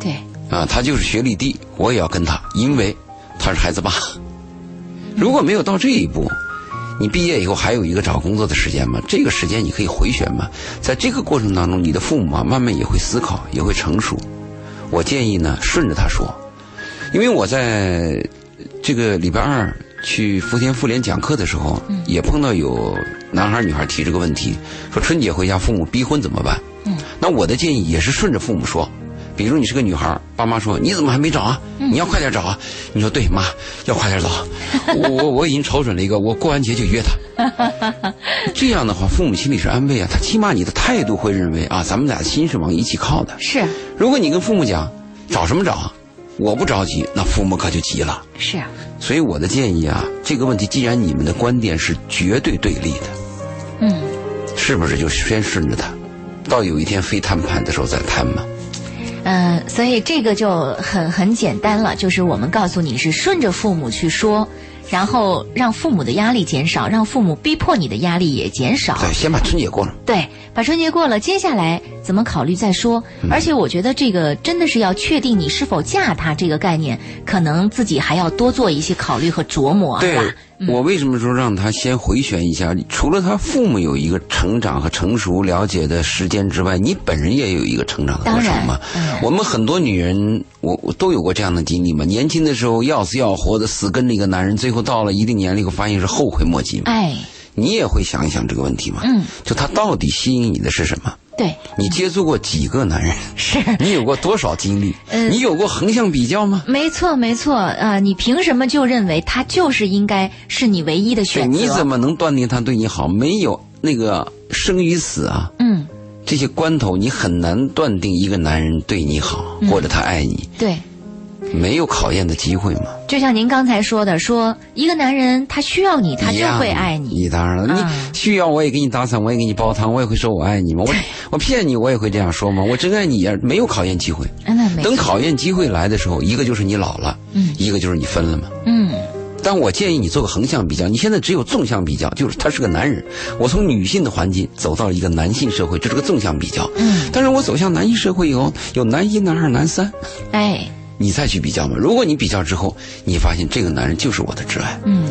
S1: 对，
S2: 啊，他就是学历低，我也要跟他，因为他是孩子爸。如果没有到这一步，你毕业以后还有一个找工作的时间吗？这个时间你可以回旋吗？在这个过程当中，你的父母啊，慢慢也会思考，也会成熟。我建议呢，顺着他说，因为我在这个礼拜二去福田妇联讲课的时候，也碰到有男孩儿女孩儿提这个问题，说春节回家父母逼婚怎么办？嗯，那我的建议也是顺着父母说。比如你是个女孩儿，爸妈说你怎么还没找啊？你要快点找啊！你说对，妈要快点找。我我我已经瞅准了一个，我过完节就约他。这样的话，父母心里是安慰啊，他起码你的态度会认为啊，咱们俩的心是往一起靠的。
S1: 是
S2: 如果你跟父母讲找什么找，我不着急，那父母可就急了。
S1: 是啊，
S2: 所以我的建议啊，这个问题既然你们的观点是绝对对立的，
S1: 嗯
S2: 是不是就先顺着他，到有一天非谈判的时候再谈嘛？
S1: 呃，所以这个就很很简单了，就是我们告诉你是顺着父母去说，然后让父母的压力减少，让父母逼迫你的压力也减少。
S2: 对，先把春节过了。
S1: 对，把春节过了，接下来怎么考虑再说。
S2: 嗯
S1: 而且我觉得这个真的是要确定你是否嫁他这个概念，可能自己还要多做一些考虑和琢磨，
S2: 对
S1: 啊吧？，嗯
S2: 我为什么说让他先回旋一下？除了他父母有一个成长和成熟了解的时间之外，你本人也有一个成长和过程
S1: 当
S2: 嘛
S1: 然当然。
S2: 我们很多女人，我我都有过这样的经历嘛。年轻的时候要死要活的死跟着一个男人，最后到了一定年龄以后，发现是后悔莫及嘛。
S1: 哎，
S2: 你也会想一想这个问题嘛？
S1: 嗯，
S2: 就他到底吸引你的是什么？
S1: 对，
S2: 你接触过几个男人？
S1: 是。
S2: 你有过多少经历？
S1: 嗯
S2: 你有过横向比较吗？
S1: 没错，没错，呃，你凭什么就认为他就是应该是你唯一的
S2: 对，
S1: 选择？
S2: 你怎么能断定他对你好？没有那个生与死啊，
S1: 嗯，
S2: 这些关头，你很难断定一个男人对你好，
S1: 嗯
S2: 或者他爱你，
S1: 对，
S2: 没有考验的机会嘛。
S1: 就像您刚才说的，说一个男人他需要你，他
S2: 一
S1: 就
S2: 样
S1: 会爱你。
S2: 你当然了，
S1: 啊
S2: 你需要我也给你打伞，我也给你煲汤，我也会说我爱你吗？我我骗你，我也会这样说吗？我真爱你呀，没有考验机会。
S1: 嗯，那没
S2: 等
S1: 错，
S2: 考验机会来的时候，一个就是你老了，
S1: 嗯
S2: 一个就是你分了嘛。
S1: 嗯，
S2: 但我建议你做个横向比较，你现在只有纵向比较，就是他是个男人，我从女性的环境走到了一个男性社会，这是个纵向比较。
S1: 嗯，
S2: 但是我走向男性社会以后，有男一、男二、男三，
S1: 哎。
S2: 你再去比较嘛。如果你比较之后，你发现这个男人就是我的挚爱，
S1: 嗯，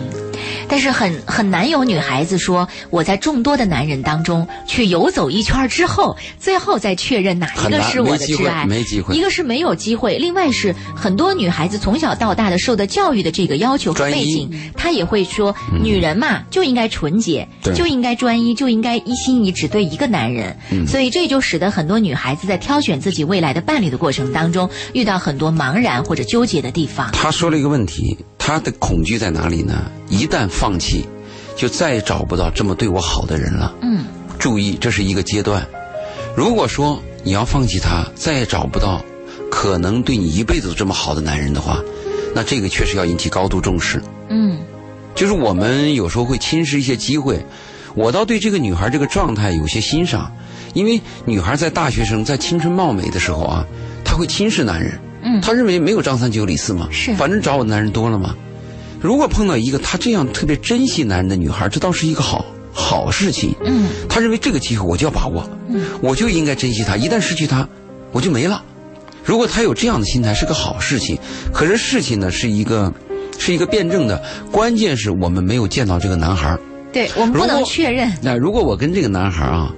S1: 但是很很难有女孩子说我在众多的男人当中去游走一圈之后，最后再确认哪一
S2: 很
S1: 个
S2: 难
S1: 是我
S2: 没
S1: 的
S2: 机
S1: 挚
S2: 会
S1: 爱，。
S2: 没机会
S1: 一。个是没有机会，另外是很多女孩子从小到大的受的教育的这个要求和
S2: 专一嗯
S1: 背景，她也会说，女人嘛就应该纯洁，
S2: 对
S1: 就应该专一，就应该一心一只对一个男人。
S2: 嗯
S1: 所以这就使得很多女孩子在挑选自己未来的伴侣的过程当中，遇到很多茫然或者纠结的地方。
S2: 他说了一个问题，他的恐惧在哪里呢？一旦放弃，就再也找不到这么对我好的人了。
S1: 嗯，
S2: 注意，这是一个阶段。如果说你要放弃他，再也找不到可能对你一辈子都这么好的男人的话，那这个确实要引起高度重视。
S1: 嗯
S2: 就是我们有时候会侵蚀一些机会。我倒对这个女孩这个状态有些欣赏，因为女孩在大学生在青春貌美的时候啊，她会轻视男人，
S1: 嗯
S2: 她认为没有张三九李四嘛，
S1: 是
S2: 反正找我的男人多了嘛。如果碰到一个她这样特别珍惜男人的女孩，这倒是一个好好事情。
S1: 嗯
S2: 她认为这个机会我就要把握，我就应该珍惜他。一旦失去他，我就没了。如果他有这样的心态，是个好事情。可是事情呢，是一个，是一个辩证的。关键是我们没有见到这个男孩儿。
S1: 对我们不
S2: 如
S1: 能
S2: 果
S1: 确认。
S2: 那如果我跟这个男孩儿啊，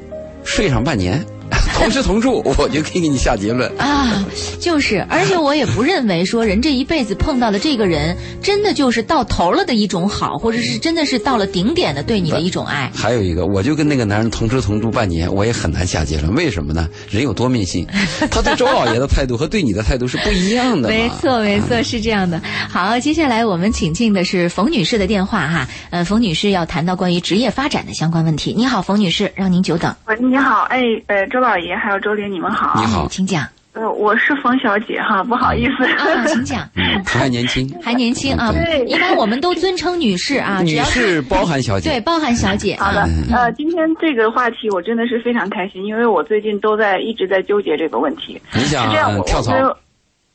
S2: 睡上半年， 同吃同住， 我就可以给你下结论。
S1: 啊，就是，而且我也不认为说人这一辈子碰到的这个人，真的就是到头了的一种好，或者是真的是到了顶点的对你的一种爱。
S2: 还有一个，我就跟那个男人同吃同住半年，我也很难下结论。为什么呢？人有多面 性，他对周老爷的态度和对你的态度是不一样的嘛。嗯
S1: 没错，没错，是这样的。好，接下来我们请进的是冯女士的电话哈，呃，冯女士要谈到关于职业发展的相关问题。你好，冯女士，让您久等。
S4: 喂，你好，哎，呃，周老爷还有周玲，你们好。
S2: 你好
S1: 哎请讲
S4: 呃，我是冯小姐哈，不好意思。
S1: 啊，请讲，
S2: 嗯，他还年轻，
S1: 还年轻啊
S4: 对，
S1: 一般我们都尊称女士啊，只
S2: 女
S1: 要是
S2: 士包含小姐。
S1: 对，包含小姐
S4: 好的
S2: 嗯
S1: 啊，，
S4: 呃，今天这个话题我真的是非常开心，因为我最近都在一直在纠结这个问题。
S2: 你
S4: 是
S2: 想
S4: 这样，我
S2: 跳
S4: 我
S2: 槽，
S4: 就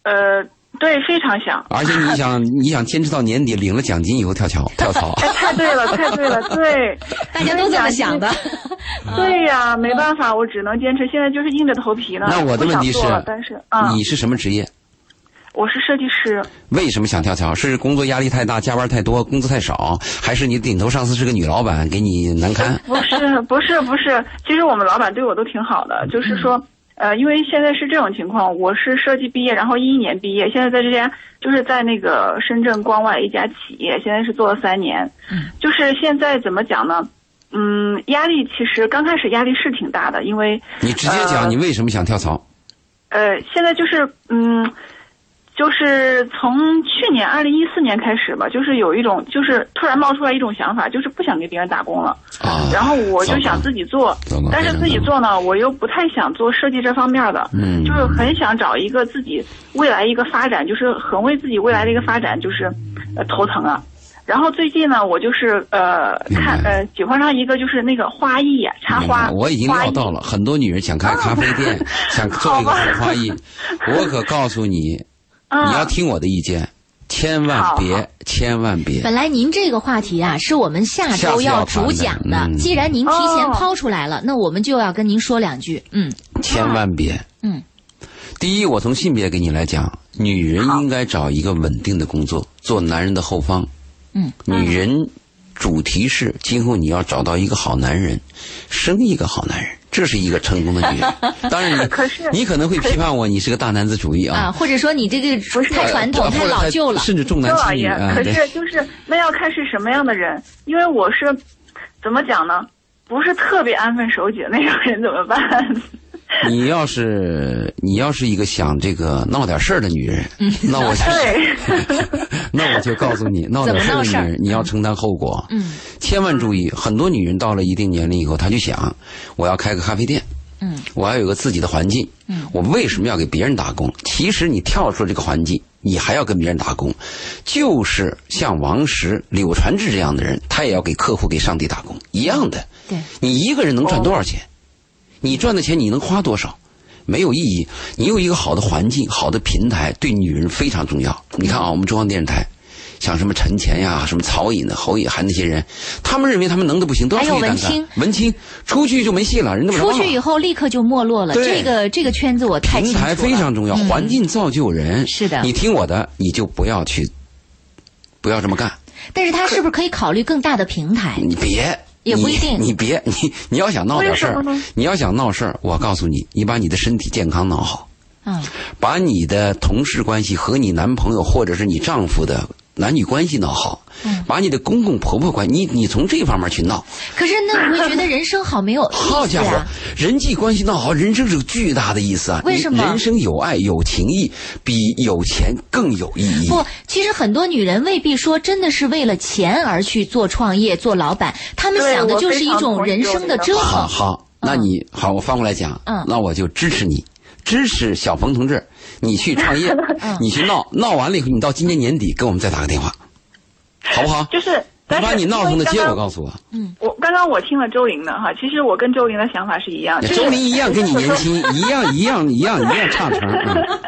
S4: 呃，对，非常想。
S2: 而且你想你想坚持到年底领了奖金以后跳槽跳槽，
S4: 哎，太对了，太对了，对，
S1: 大家都这么想的。
S4: 对呀、没办法，我只能坚持，现在就是硬着头皮呢。
S2: 那我的问题是
S4: 不想做了但是啊，
S2: 你是什么职业？
S4: 我是设计师，
S2: 为什么想跳槽？是工作压力太大，加班太多，工资太少，还是你顶头上司是个女老板，给你难堪？
S4: 不是不是不是，其实我们老板对我都挺好的，就是说，呃，因为现在是这种情况，我是设计毕业，然后一一年毕业，现在在这家就是在那个深圳光外一家企业，现在是做了三年，
S1: 嗯，
S4: 就是现在怎么讲呢？嗯，压力其实刚开始压力是挺大的，因为
S2: 你直接讲
S4: 呃
S2: 你为什么想跳槽？
S4: 呃，现在就是嗯，就是从去年二零一四年开始吧，就是有一种就是突然冒出来一种想法，就是不想给别人打工了，
S2: 啊，
S4: 呃然后我就想
S2: 己，
S4: 自己做
S2: 糟糕，
S4: 但是自己做呢，我又不太想做设计这方面的，
S2: 嗯，
S4: 就是很想找一个自己未来一个发展，就是很为自己未来的一个发展就是呃头疼啊。然后最近呢，我就是呃
S2: 明白
S4: 看呃喜欢上一个就是那个花艺呀、插
S2: 明白
S4: 花，
S2: 我已经
S4: 花
S2: 料
S4: 艺
S2: 到了，很多女人想开咖啡 店，想做一个
S4: 好吧
S2: 花艺。我可告诉你，
S4: 嗯
S2: 你要听我的意见，千万
S4: 好
S2: 别，千万别。
S1: 本来您这个话题啊，是我们下
S2: 下
S1: 周
S2: 次要
S1: 主讲的。
S2: 谈的嗯
S1: 既然您提前
S4: 哦
S1: 抛出来了，那我们就要跟您说两句。嗯，
S2: 千万别。
S1: 嗯。
S2: 第一，我从性别给你来讲，女人
S4: 好
S2: 应该找一个稳定的工作，做男人的后方。
S1: 嗯。
S2: 女人主题是今后你要找到一个好男人，生一个好男人，这是一个成功的 女人。当然你，
S4: 可是
S2: 你可能会批判我，你是个大男子主义
S1: 啊，
S2: 啊，
S1: 或者说你这个太传统、
S2: 呃
S1: 太老旧了。
S2: 甚至重男
S4: 周老
S2: 轻女
S4: 爷，
S2: 啊。
S4: 可
S2: 对
S4: 是就是那要看是什么样的人，因为我是怎么讲呢？不是特别安分守己的那种人怎么办？
S2: 你要是你要是一个想这个闹点事儿的女人，
S1: 嗯
S2: 那 我就
S4: 对，
S2: 那我就告诉你，闹点事儿的女
S1: 怎么闹事儿
S2: 人，你要承担后果。
S1: 嗯
S2: 千万注意，很多女人到了一定年龄以后，她就想，我要开个咖啡店，
S1: 嗯
S2: 我要有个自己的环境，
S1: 嗯
S2: 我为什么要给别人打工？其实你跳出这个环境，你还要跟别人打工，就是像王石、柳传志这样的人，他也要给客户、给上帝打工一样的。
S1: 对，
S2: 你一个人能赚多少钱？你赚的钱你能花多少？没有意义。你有一个好的环境、好的平台，对女人非常重要。你看啊，我们中央电视台，像什么陈前呀、什么曹颖的、侯颖涵那些人，他们认为他们能的不行，都要
S1: 还有
S2: 出去干
S1: 文青
S2: 干。文青出去就没戏了，人都不
S1: 出
S2: 让
S1: 去以后立刻就没落了。
S2: 对
S1: 这个这个圈子我太
S2: 平
S1: 清楚了。嗯
S2: 台非常重要，环境造就人。
S1: 是的
S2: 你听我的，你就不要去，不要这么干。
S1: 但是他是不是可以考虑更大的平台？
S2: 你别，
S1: 也不
S2: 你
S1: 一定
S2: 你别，你你要想闹点事
S4: 为
S2: 儿
S4: 什么呢，
S2: 你要想闹事儿，我告诉你，你把你的身体健康闹好，
S1: 嗯
S2: 把你的同事关系和你男朋友或者是你丈夫的男女关系闹好，
S1: 嗯
S2: 把你的公公婆婆关系，你你从这方面去闹。
S1: 可是那你会觉得人生好没有
S2: 好
S1: 意思
S2: 家伙
S1: 啊！，
S2: 人际关系闹好，人生是有巨大的意思啊！
S1: 为什么
S2: 人生有爱有情义，比有钱更有意义。
S1: 不，其实很多女人未必说真的是为了钱而去做创业、做老板，她们
S4: 对
S1: 想的
S4: 我
S1: 就
S4: 非
S1: 是一
S4: 常
S1: 种
S4: 同意
S1: 人
S4: 这
S1: 生
S4: 种
S1: 的
S4: 想
S1: 折
S2: 好
S1: 腾。
S2: 好，
S4: 嗯
S2: 那你好，我翻过来讲，
S1: 嗯
S2: 那我就支持你，支持小冯同志，你去创业，
S4: 嗯
S2: 你去闹，闹完了以后，你到今年年底给我们再打个电话，好不好？
S4: 就是。
S2: 你
S4: 但是
S2: 把你闹腾的结
S4: 因为
S2: 果
S4: 刚刚
S2: 告诉我。
S4: 我刚刚我听了周玲的哈，其实我跟周玲的想法是一啊样，就是
S2: 周林一样跟你年轻，一样一样一样一样差成。嗯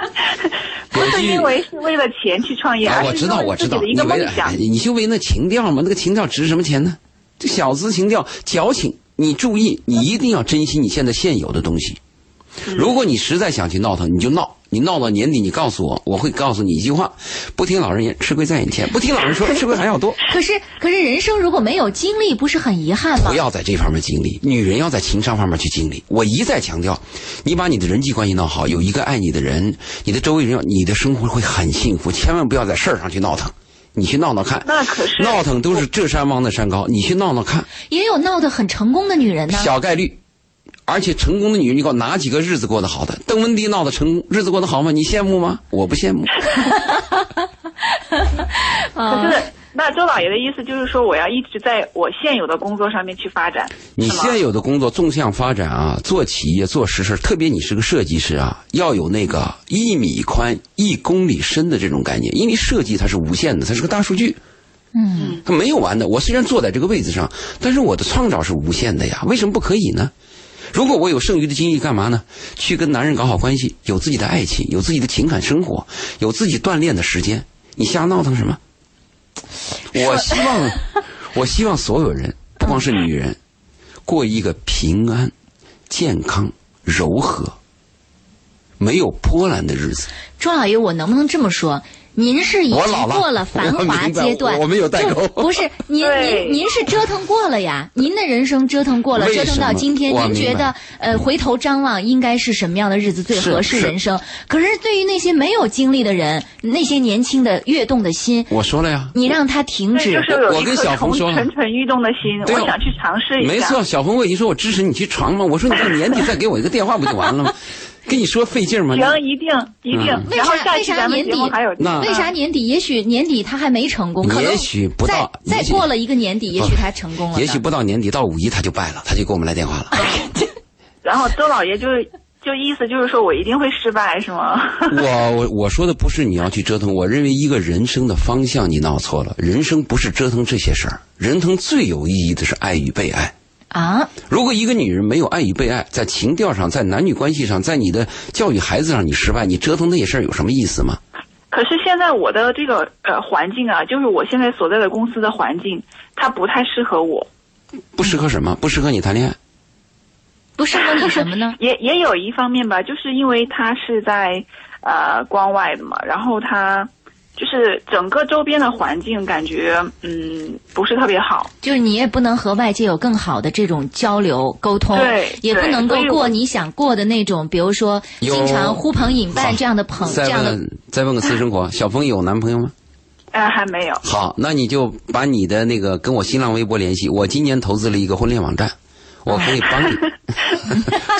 S4: 不是因为是为了钱去创业，
S2: 啊，
S4: 而
S2: 我
S4: 是
S2: 知道，
S4: 因为
S2: 我知道，
S4: 自己
S2: 你
S4: 的一个
S2: 为
S4: 梦
S2: 了
S4: 想
S2: 哎。你就为那情调嘛，那个情调值什么钱呢？这小资情调矫情，你注意，你一定要珍惜你现在现有的东西。
S4: 嗯
S2: 如果你实在想去闹腾，你就闹，你闹到年底，你告诉我，我会告诉你一句话：不听老人言，吃亏在眼前；不听老人说，吃亏还要 多。
S1: 可是，可是人生如果没有经历，不是很遗憾吗
S2: 不？要在这方面经历，女人要在情商方面去经历。我一再强调，你把你的人际关系闹好，有一个爱你的人，你的周围人要，你的生活会很幸福。千万不要在事儿上去闹腾，你去闹闹看，
S4: 那可是
S2: 闹腾都是这山望那山高，你去闹闹看，
S1: 也有闹得很成功的女人呢。
S2: 小概率。而且成功的女人，你给我哪几个日子过得好的？邓文迪闹得成功，日子过得好吗？你羡慕吗？我不羡慕。
S1: 啊
S4: 可是那周老爷的意思就是说，我要一直在我现有的工作上面去发展，
S2: 你
S4: 是吗
S2: 现？有的工作纵向发展啊，做企业做实事，特别你是个设计师啊，要有那个一米宽一公里深的这种概念，因为设计它是无限的，它是个大数据，
S1: 嗯，
S2: 它没有完的。我虽然坐在这个位置上，但是我的创造是无限的呀，为什么不可以呢？如果我有剩余的精力，干嘛呢？去跟男人搞好关系，有自己的爱情，有自己的情感生活，有自己锻炼的时间，你瞎闹腾什么？我希望，我希望所有人，不光是女人，过一个平安、健康、柔和、没有波澜的日子。
S1: 钟老爷，我能不能这么说？您是已
S2: 我
S1: 经
S2: 老了
S1: 过了繁
S2: 我明
S1: 华
S2: 白
S1: 阶段，
S2: 我我没有代
S1: 就
S2: 沟
S1: 不是您
S4: 对
S1: 您您是折腾过了呀，您的人生折腾过了，
S2: 为
S1: 折腾到
S2: 什么
S1: 今天，
S2: 我
S1: 您
S2: 明
S1: 觉得呃回头张望应该是什么样的日子最
S2: 是
S1: 合适
S2: 是
S1: 人生？可是对于那些没有经历的人，那些年轻的跃动的心，
S2: 我说了呀，
S1: 你让他停
S4: 对，
S1: 止
S4: 就，是有
S2: 嗯我
S4: 一
S2: 跟
S4: 颗
S2: 小
S4: 蠢
S2: 冯说了
S4: 蠢蠢欲动的心，
S2: 对
S4: 我
S2: 啊
S4: 想去尝试一下。
S2: 没错，小峰问你说我支持你去闯吗？我说你到年底再给我一个电话不就完了吗？跟你说费劲吗？
S4: 行，一定一定
S2: 嗯。
S4: 然后
S1: 为啥
S4: 下期咱们节目还有
S2: 那
S1: 为啥年底？也许年底他还没成功，可能
S2: 啊也许不到
S1: 再再
S2: 也许
S1: 过了一个年底，也许他成功了呢。
S2: 也许不到年底，到五一他就败了，他就给我们来电话了。
S4: 然后周老爷就是就意思就是说我一定会失败是吗？
S2: 我我我说的不是你要去折腾，我认为一个人生的方向你闹错了，人生不是折腾这些事儿，人生最有意义的是爱与被爱。
S1: 啊，
S2: 如果一个女人没有爱与被爱，在情调上，在男女关系上，在你的教育孩子上，你失败，你折腾那些事儿有什么意思吗？
S4: 可是现在我的这个呃环境啊，就是我现在所在的公司的环境，它不太适合我。？
S2: 不适合什么？不适合你谈恋爱。
S1: 不适合你什么 呢
S4: 也也有一方面吧，就是因为它是在呃关外的嘛，然后它就是整个周边的环境感觉嗯不是特别好。
S1: 就是你也不能和外界有更好的这种交流沟通，
S4: 对
S1: 也不
S4: 对
S1: 能够
S4: 所以
S1: 过
S4: 我
S1: 你想过的那种，比如说
S2: 有
S1: 经常呼朋引伴这样的朋这
S2: 再
S1: 样的。
S2: 问再问个私生活，小峰有男朋友吗？
S4: 哎、还没有。
S2: 好，那你就把你的那个跟我新浪微博联系。我今年投资了一个婚恋网站，我可以 帮你。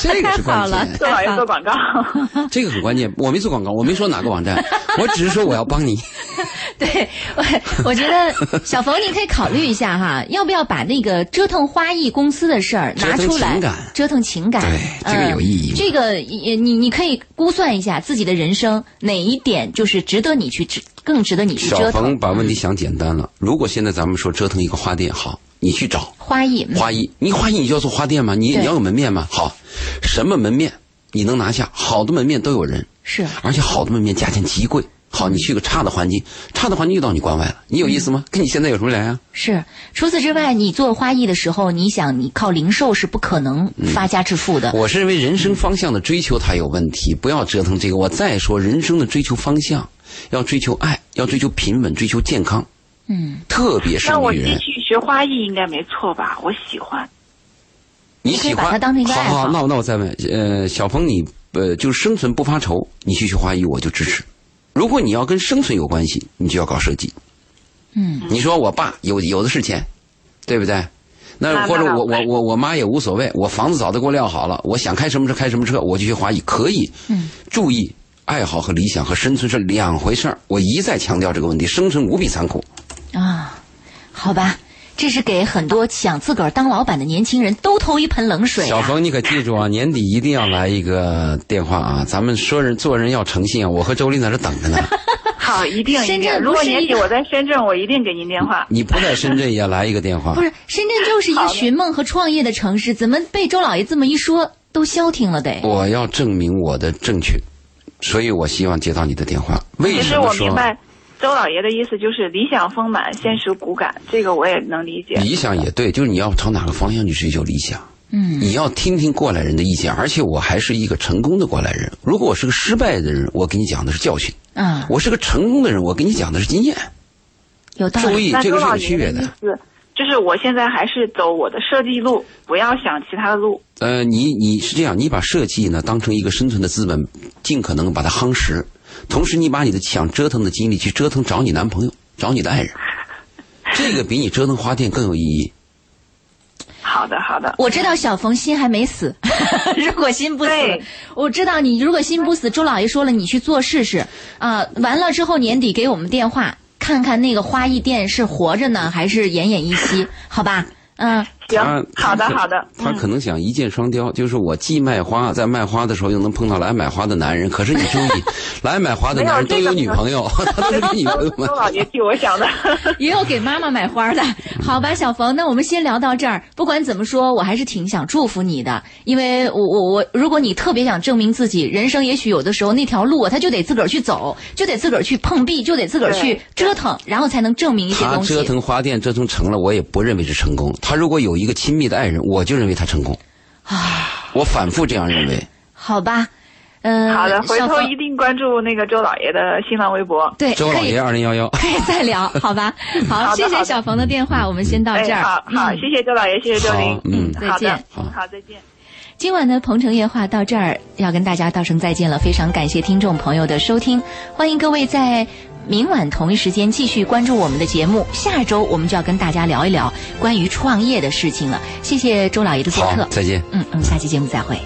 S2: 这个
S1: 太
S2: 是
S1: 好
S2: 关
S1: 了
S2: 键，，
S4: 周
S1: 太
S4: 老爷
S1: 好
S4: 做
S1: 了。
S4: 广 告，
S2: 这个很关键。我没做广告，我没说哪个网 站，我只是说我要帮你。
S1: 对，我我觉得小冯，你可以考虑一下哈，要不要把那个折腾花艺公司的事儿拿出来，
S2: 折腾情感
S1: 折腾情感，
S2: 对这个
S1: 嗯
S2: 有意义
S1: 这个也你你可以估算一下自己的人生哪一点就是值得你去折，更值得你去
S2: 小
S1: 折腾
S2: 冯把问题想简单了。如果现在咱们说折腾一个花店，好，你去找
S1: 花艺。嗯
S2: 花艺，你花艺你就要做花店吗？你
S1: 对
S2: 你要有门面吗？好，什么门面你能拿下？好的门面都有人，
S1: 是
S2: 而且好的门面价钱极贵。好，
S4: 嗯
S2: 你去个差的环境，差的环境又到你关外了，你有意思吗？跟你现在有什么联啊？
S1: 是，除此之外，你做花艺的时候，你想你靠零售是不可能发家致富的。
S2: 嗯我是认为人生方向的追求它有问题，不要折腾这个。我再说，人生的追求方向，要追求爱，要追求平稳，追求健康，
S1: 嗯，
S2: 特别是
S4: 那我
S2: 女
S4: 继
S2: 人。
S4: 续学花艺应该没错吧？我喜欢。
S2: 你
S1: 可以
S2: 喜
S1: 把
S2: 欢
S1: 它当成一个爱
S2: 好
S1: 好
S2: 好，那我那我再问，呃，小峰你，呃就是生存不发愁，你去学花艺我就支持。如果你要跟生存有关系，你就要搞设计。
S1: 嗯，
S2: 你说我爸有有的是钱，对不对？那
S4: 那
S2: 或者
S4: 那
S2: 我
S4: 那
S2: 我我我妈也无所谓，我房子早都给我撂好了，我想开什么车开什么车，我就去华谊可以。
S1: 嗯，
S2: 注意爱好和理想和生存是两回事儿，我一再强调这个问题，生存无比残酷。
S1: 啊，好吧，这是给很多想自个儿当老板的年轻人都投一盆冷水、啊。
S2: 小冯，你可记住啊，年底一定要来一个电话 啊！咱们说人做人要诚信啊！我和周丽在这等着呢。
S4: 好，一定。
S1: 深
S4: 一定
S1: 圳
S4: 如
S1: 不
S4: 果
S1: 是
S4: 年
S1: 一
S4: 底
S1: 个
S4: 我在深圳，我一定给您电话。
S2: 你不在深圳也来一个电话
S1: 不，是深圳就是一个寻梦和创业的城市，怎么被周老爷这么一说，都消停了得。
S2: 我要证明我的正确，所以我希望接到你的电话。为什
S4: 其实
S2: 么
S4: 我
S2: 说
S4: 明白周老爷的意思，就是理想丰满，现实骨感，这个我也能理解。
S2: 理想也对，就是你要朝哪个方向去追求理想。
S1: 嗯，
S2: 你要听听过来人的意见，而且我还是一个成功的过来人。如果我是个失败的人，我给你讲的是教训；
S1: 啊，
S2: 我是个成功的人，我给你讲的是经验。
S1: 有道
S2: 注
S1: 理。
S2: 意，
S4: 那
S2: 这
S4: 周
S2: 个是
S4: 老
S2: 有
S4: 爷
S2: 区别
S4: 的意
S2: 的。
S4: 思就是我现在还是走我的设计路，不要想其他的路。
S2: 呃，你你是这样，你把设计呢当成一个生存的资本，尽可能把它夯实，同时你把你的想折腾的精力去折腾找你男朋友，找你的爱人，这个比你折腾花店更有意义。
S4: 好的，好的。
S2: 哦
S1: 我知道小冯心还没死， 如果心不死
S4: 对，
S1: 我知道你如果心不死，周老爷说了，你去做试试啊、完了之后年底给我们电话，看看那个花艺店是活着呢还是奄奄一息，好吧？嗯，
S4: 行
S2: 他，
S4: 好的，
S2: 他可
S4: 好的。嗯
S2: 他可能想一箭双雕，就是我既卖花，在卖花的时候又能碰到来买花的男人。可是你注 意，来买花的男人都有女朋友，他都是个女朋友
S4: 周
S2: 吗？
S4: 老爷替我 想的，
S1: 也有给妈妈买花的，好吧，小冯，那我们先聊到这儿。不管怎么说，我还是挺想祝福你的，因为我我我，如果你特别想证明自己，人生也许有的时候那条路啊，他就得自个儿去走，就得自个儿去碰壁，就得自个儿去
S4: 对
S1: 折腾，然后才能证明一些
S2: 他
S1: 东西。
S2: 折腾花店折腾成了，我也不认为是成功。他如果有一个
S4: 啊
S2: 亲密的爱人，我就认为他成功。我反复这样认为。
S1: 好吧，呃，
S4: 好的，回
S1: 小
S4: 头
S1: 芳
S4: 一定关注那个周老爷的新浪微博。
S1: 对，
S2: 周老
S1: 哎可以
S2: 爷二零幺幺，
S1: 可以再聊，好吧？好，
S4: 好的
S1: 谢
S4: 好
S1: 谢
S4: 的
S1: 小冯的电话，我们先到
S4: 哎
S1: 这，儿。
S4: 好好，
S1: 嗯
S4: 谢谢周老爷，谢谢周
S2: 好
S4: 玲，，
S2: 嗯，
S1: 再
S4: 好的
S1: 见
S2: 好
S4: 好，再见。
S1: 今晚的《鹏城夜话》到这儿要跟大家道声再见了，非常感谢听众朋友的收听，欢迎各位在明晚同一时间继续关注我们的节目。下周我们就要跟大家聊一聊关于创业的事情了，谢谢周老爷的做
S2: 好
S1: 客，，
S2: 再见。
S1: 嗯，我们下期节目再会。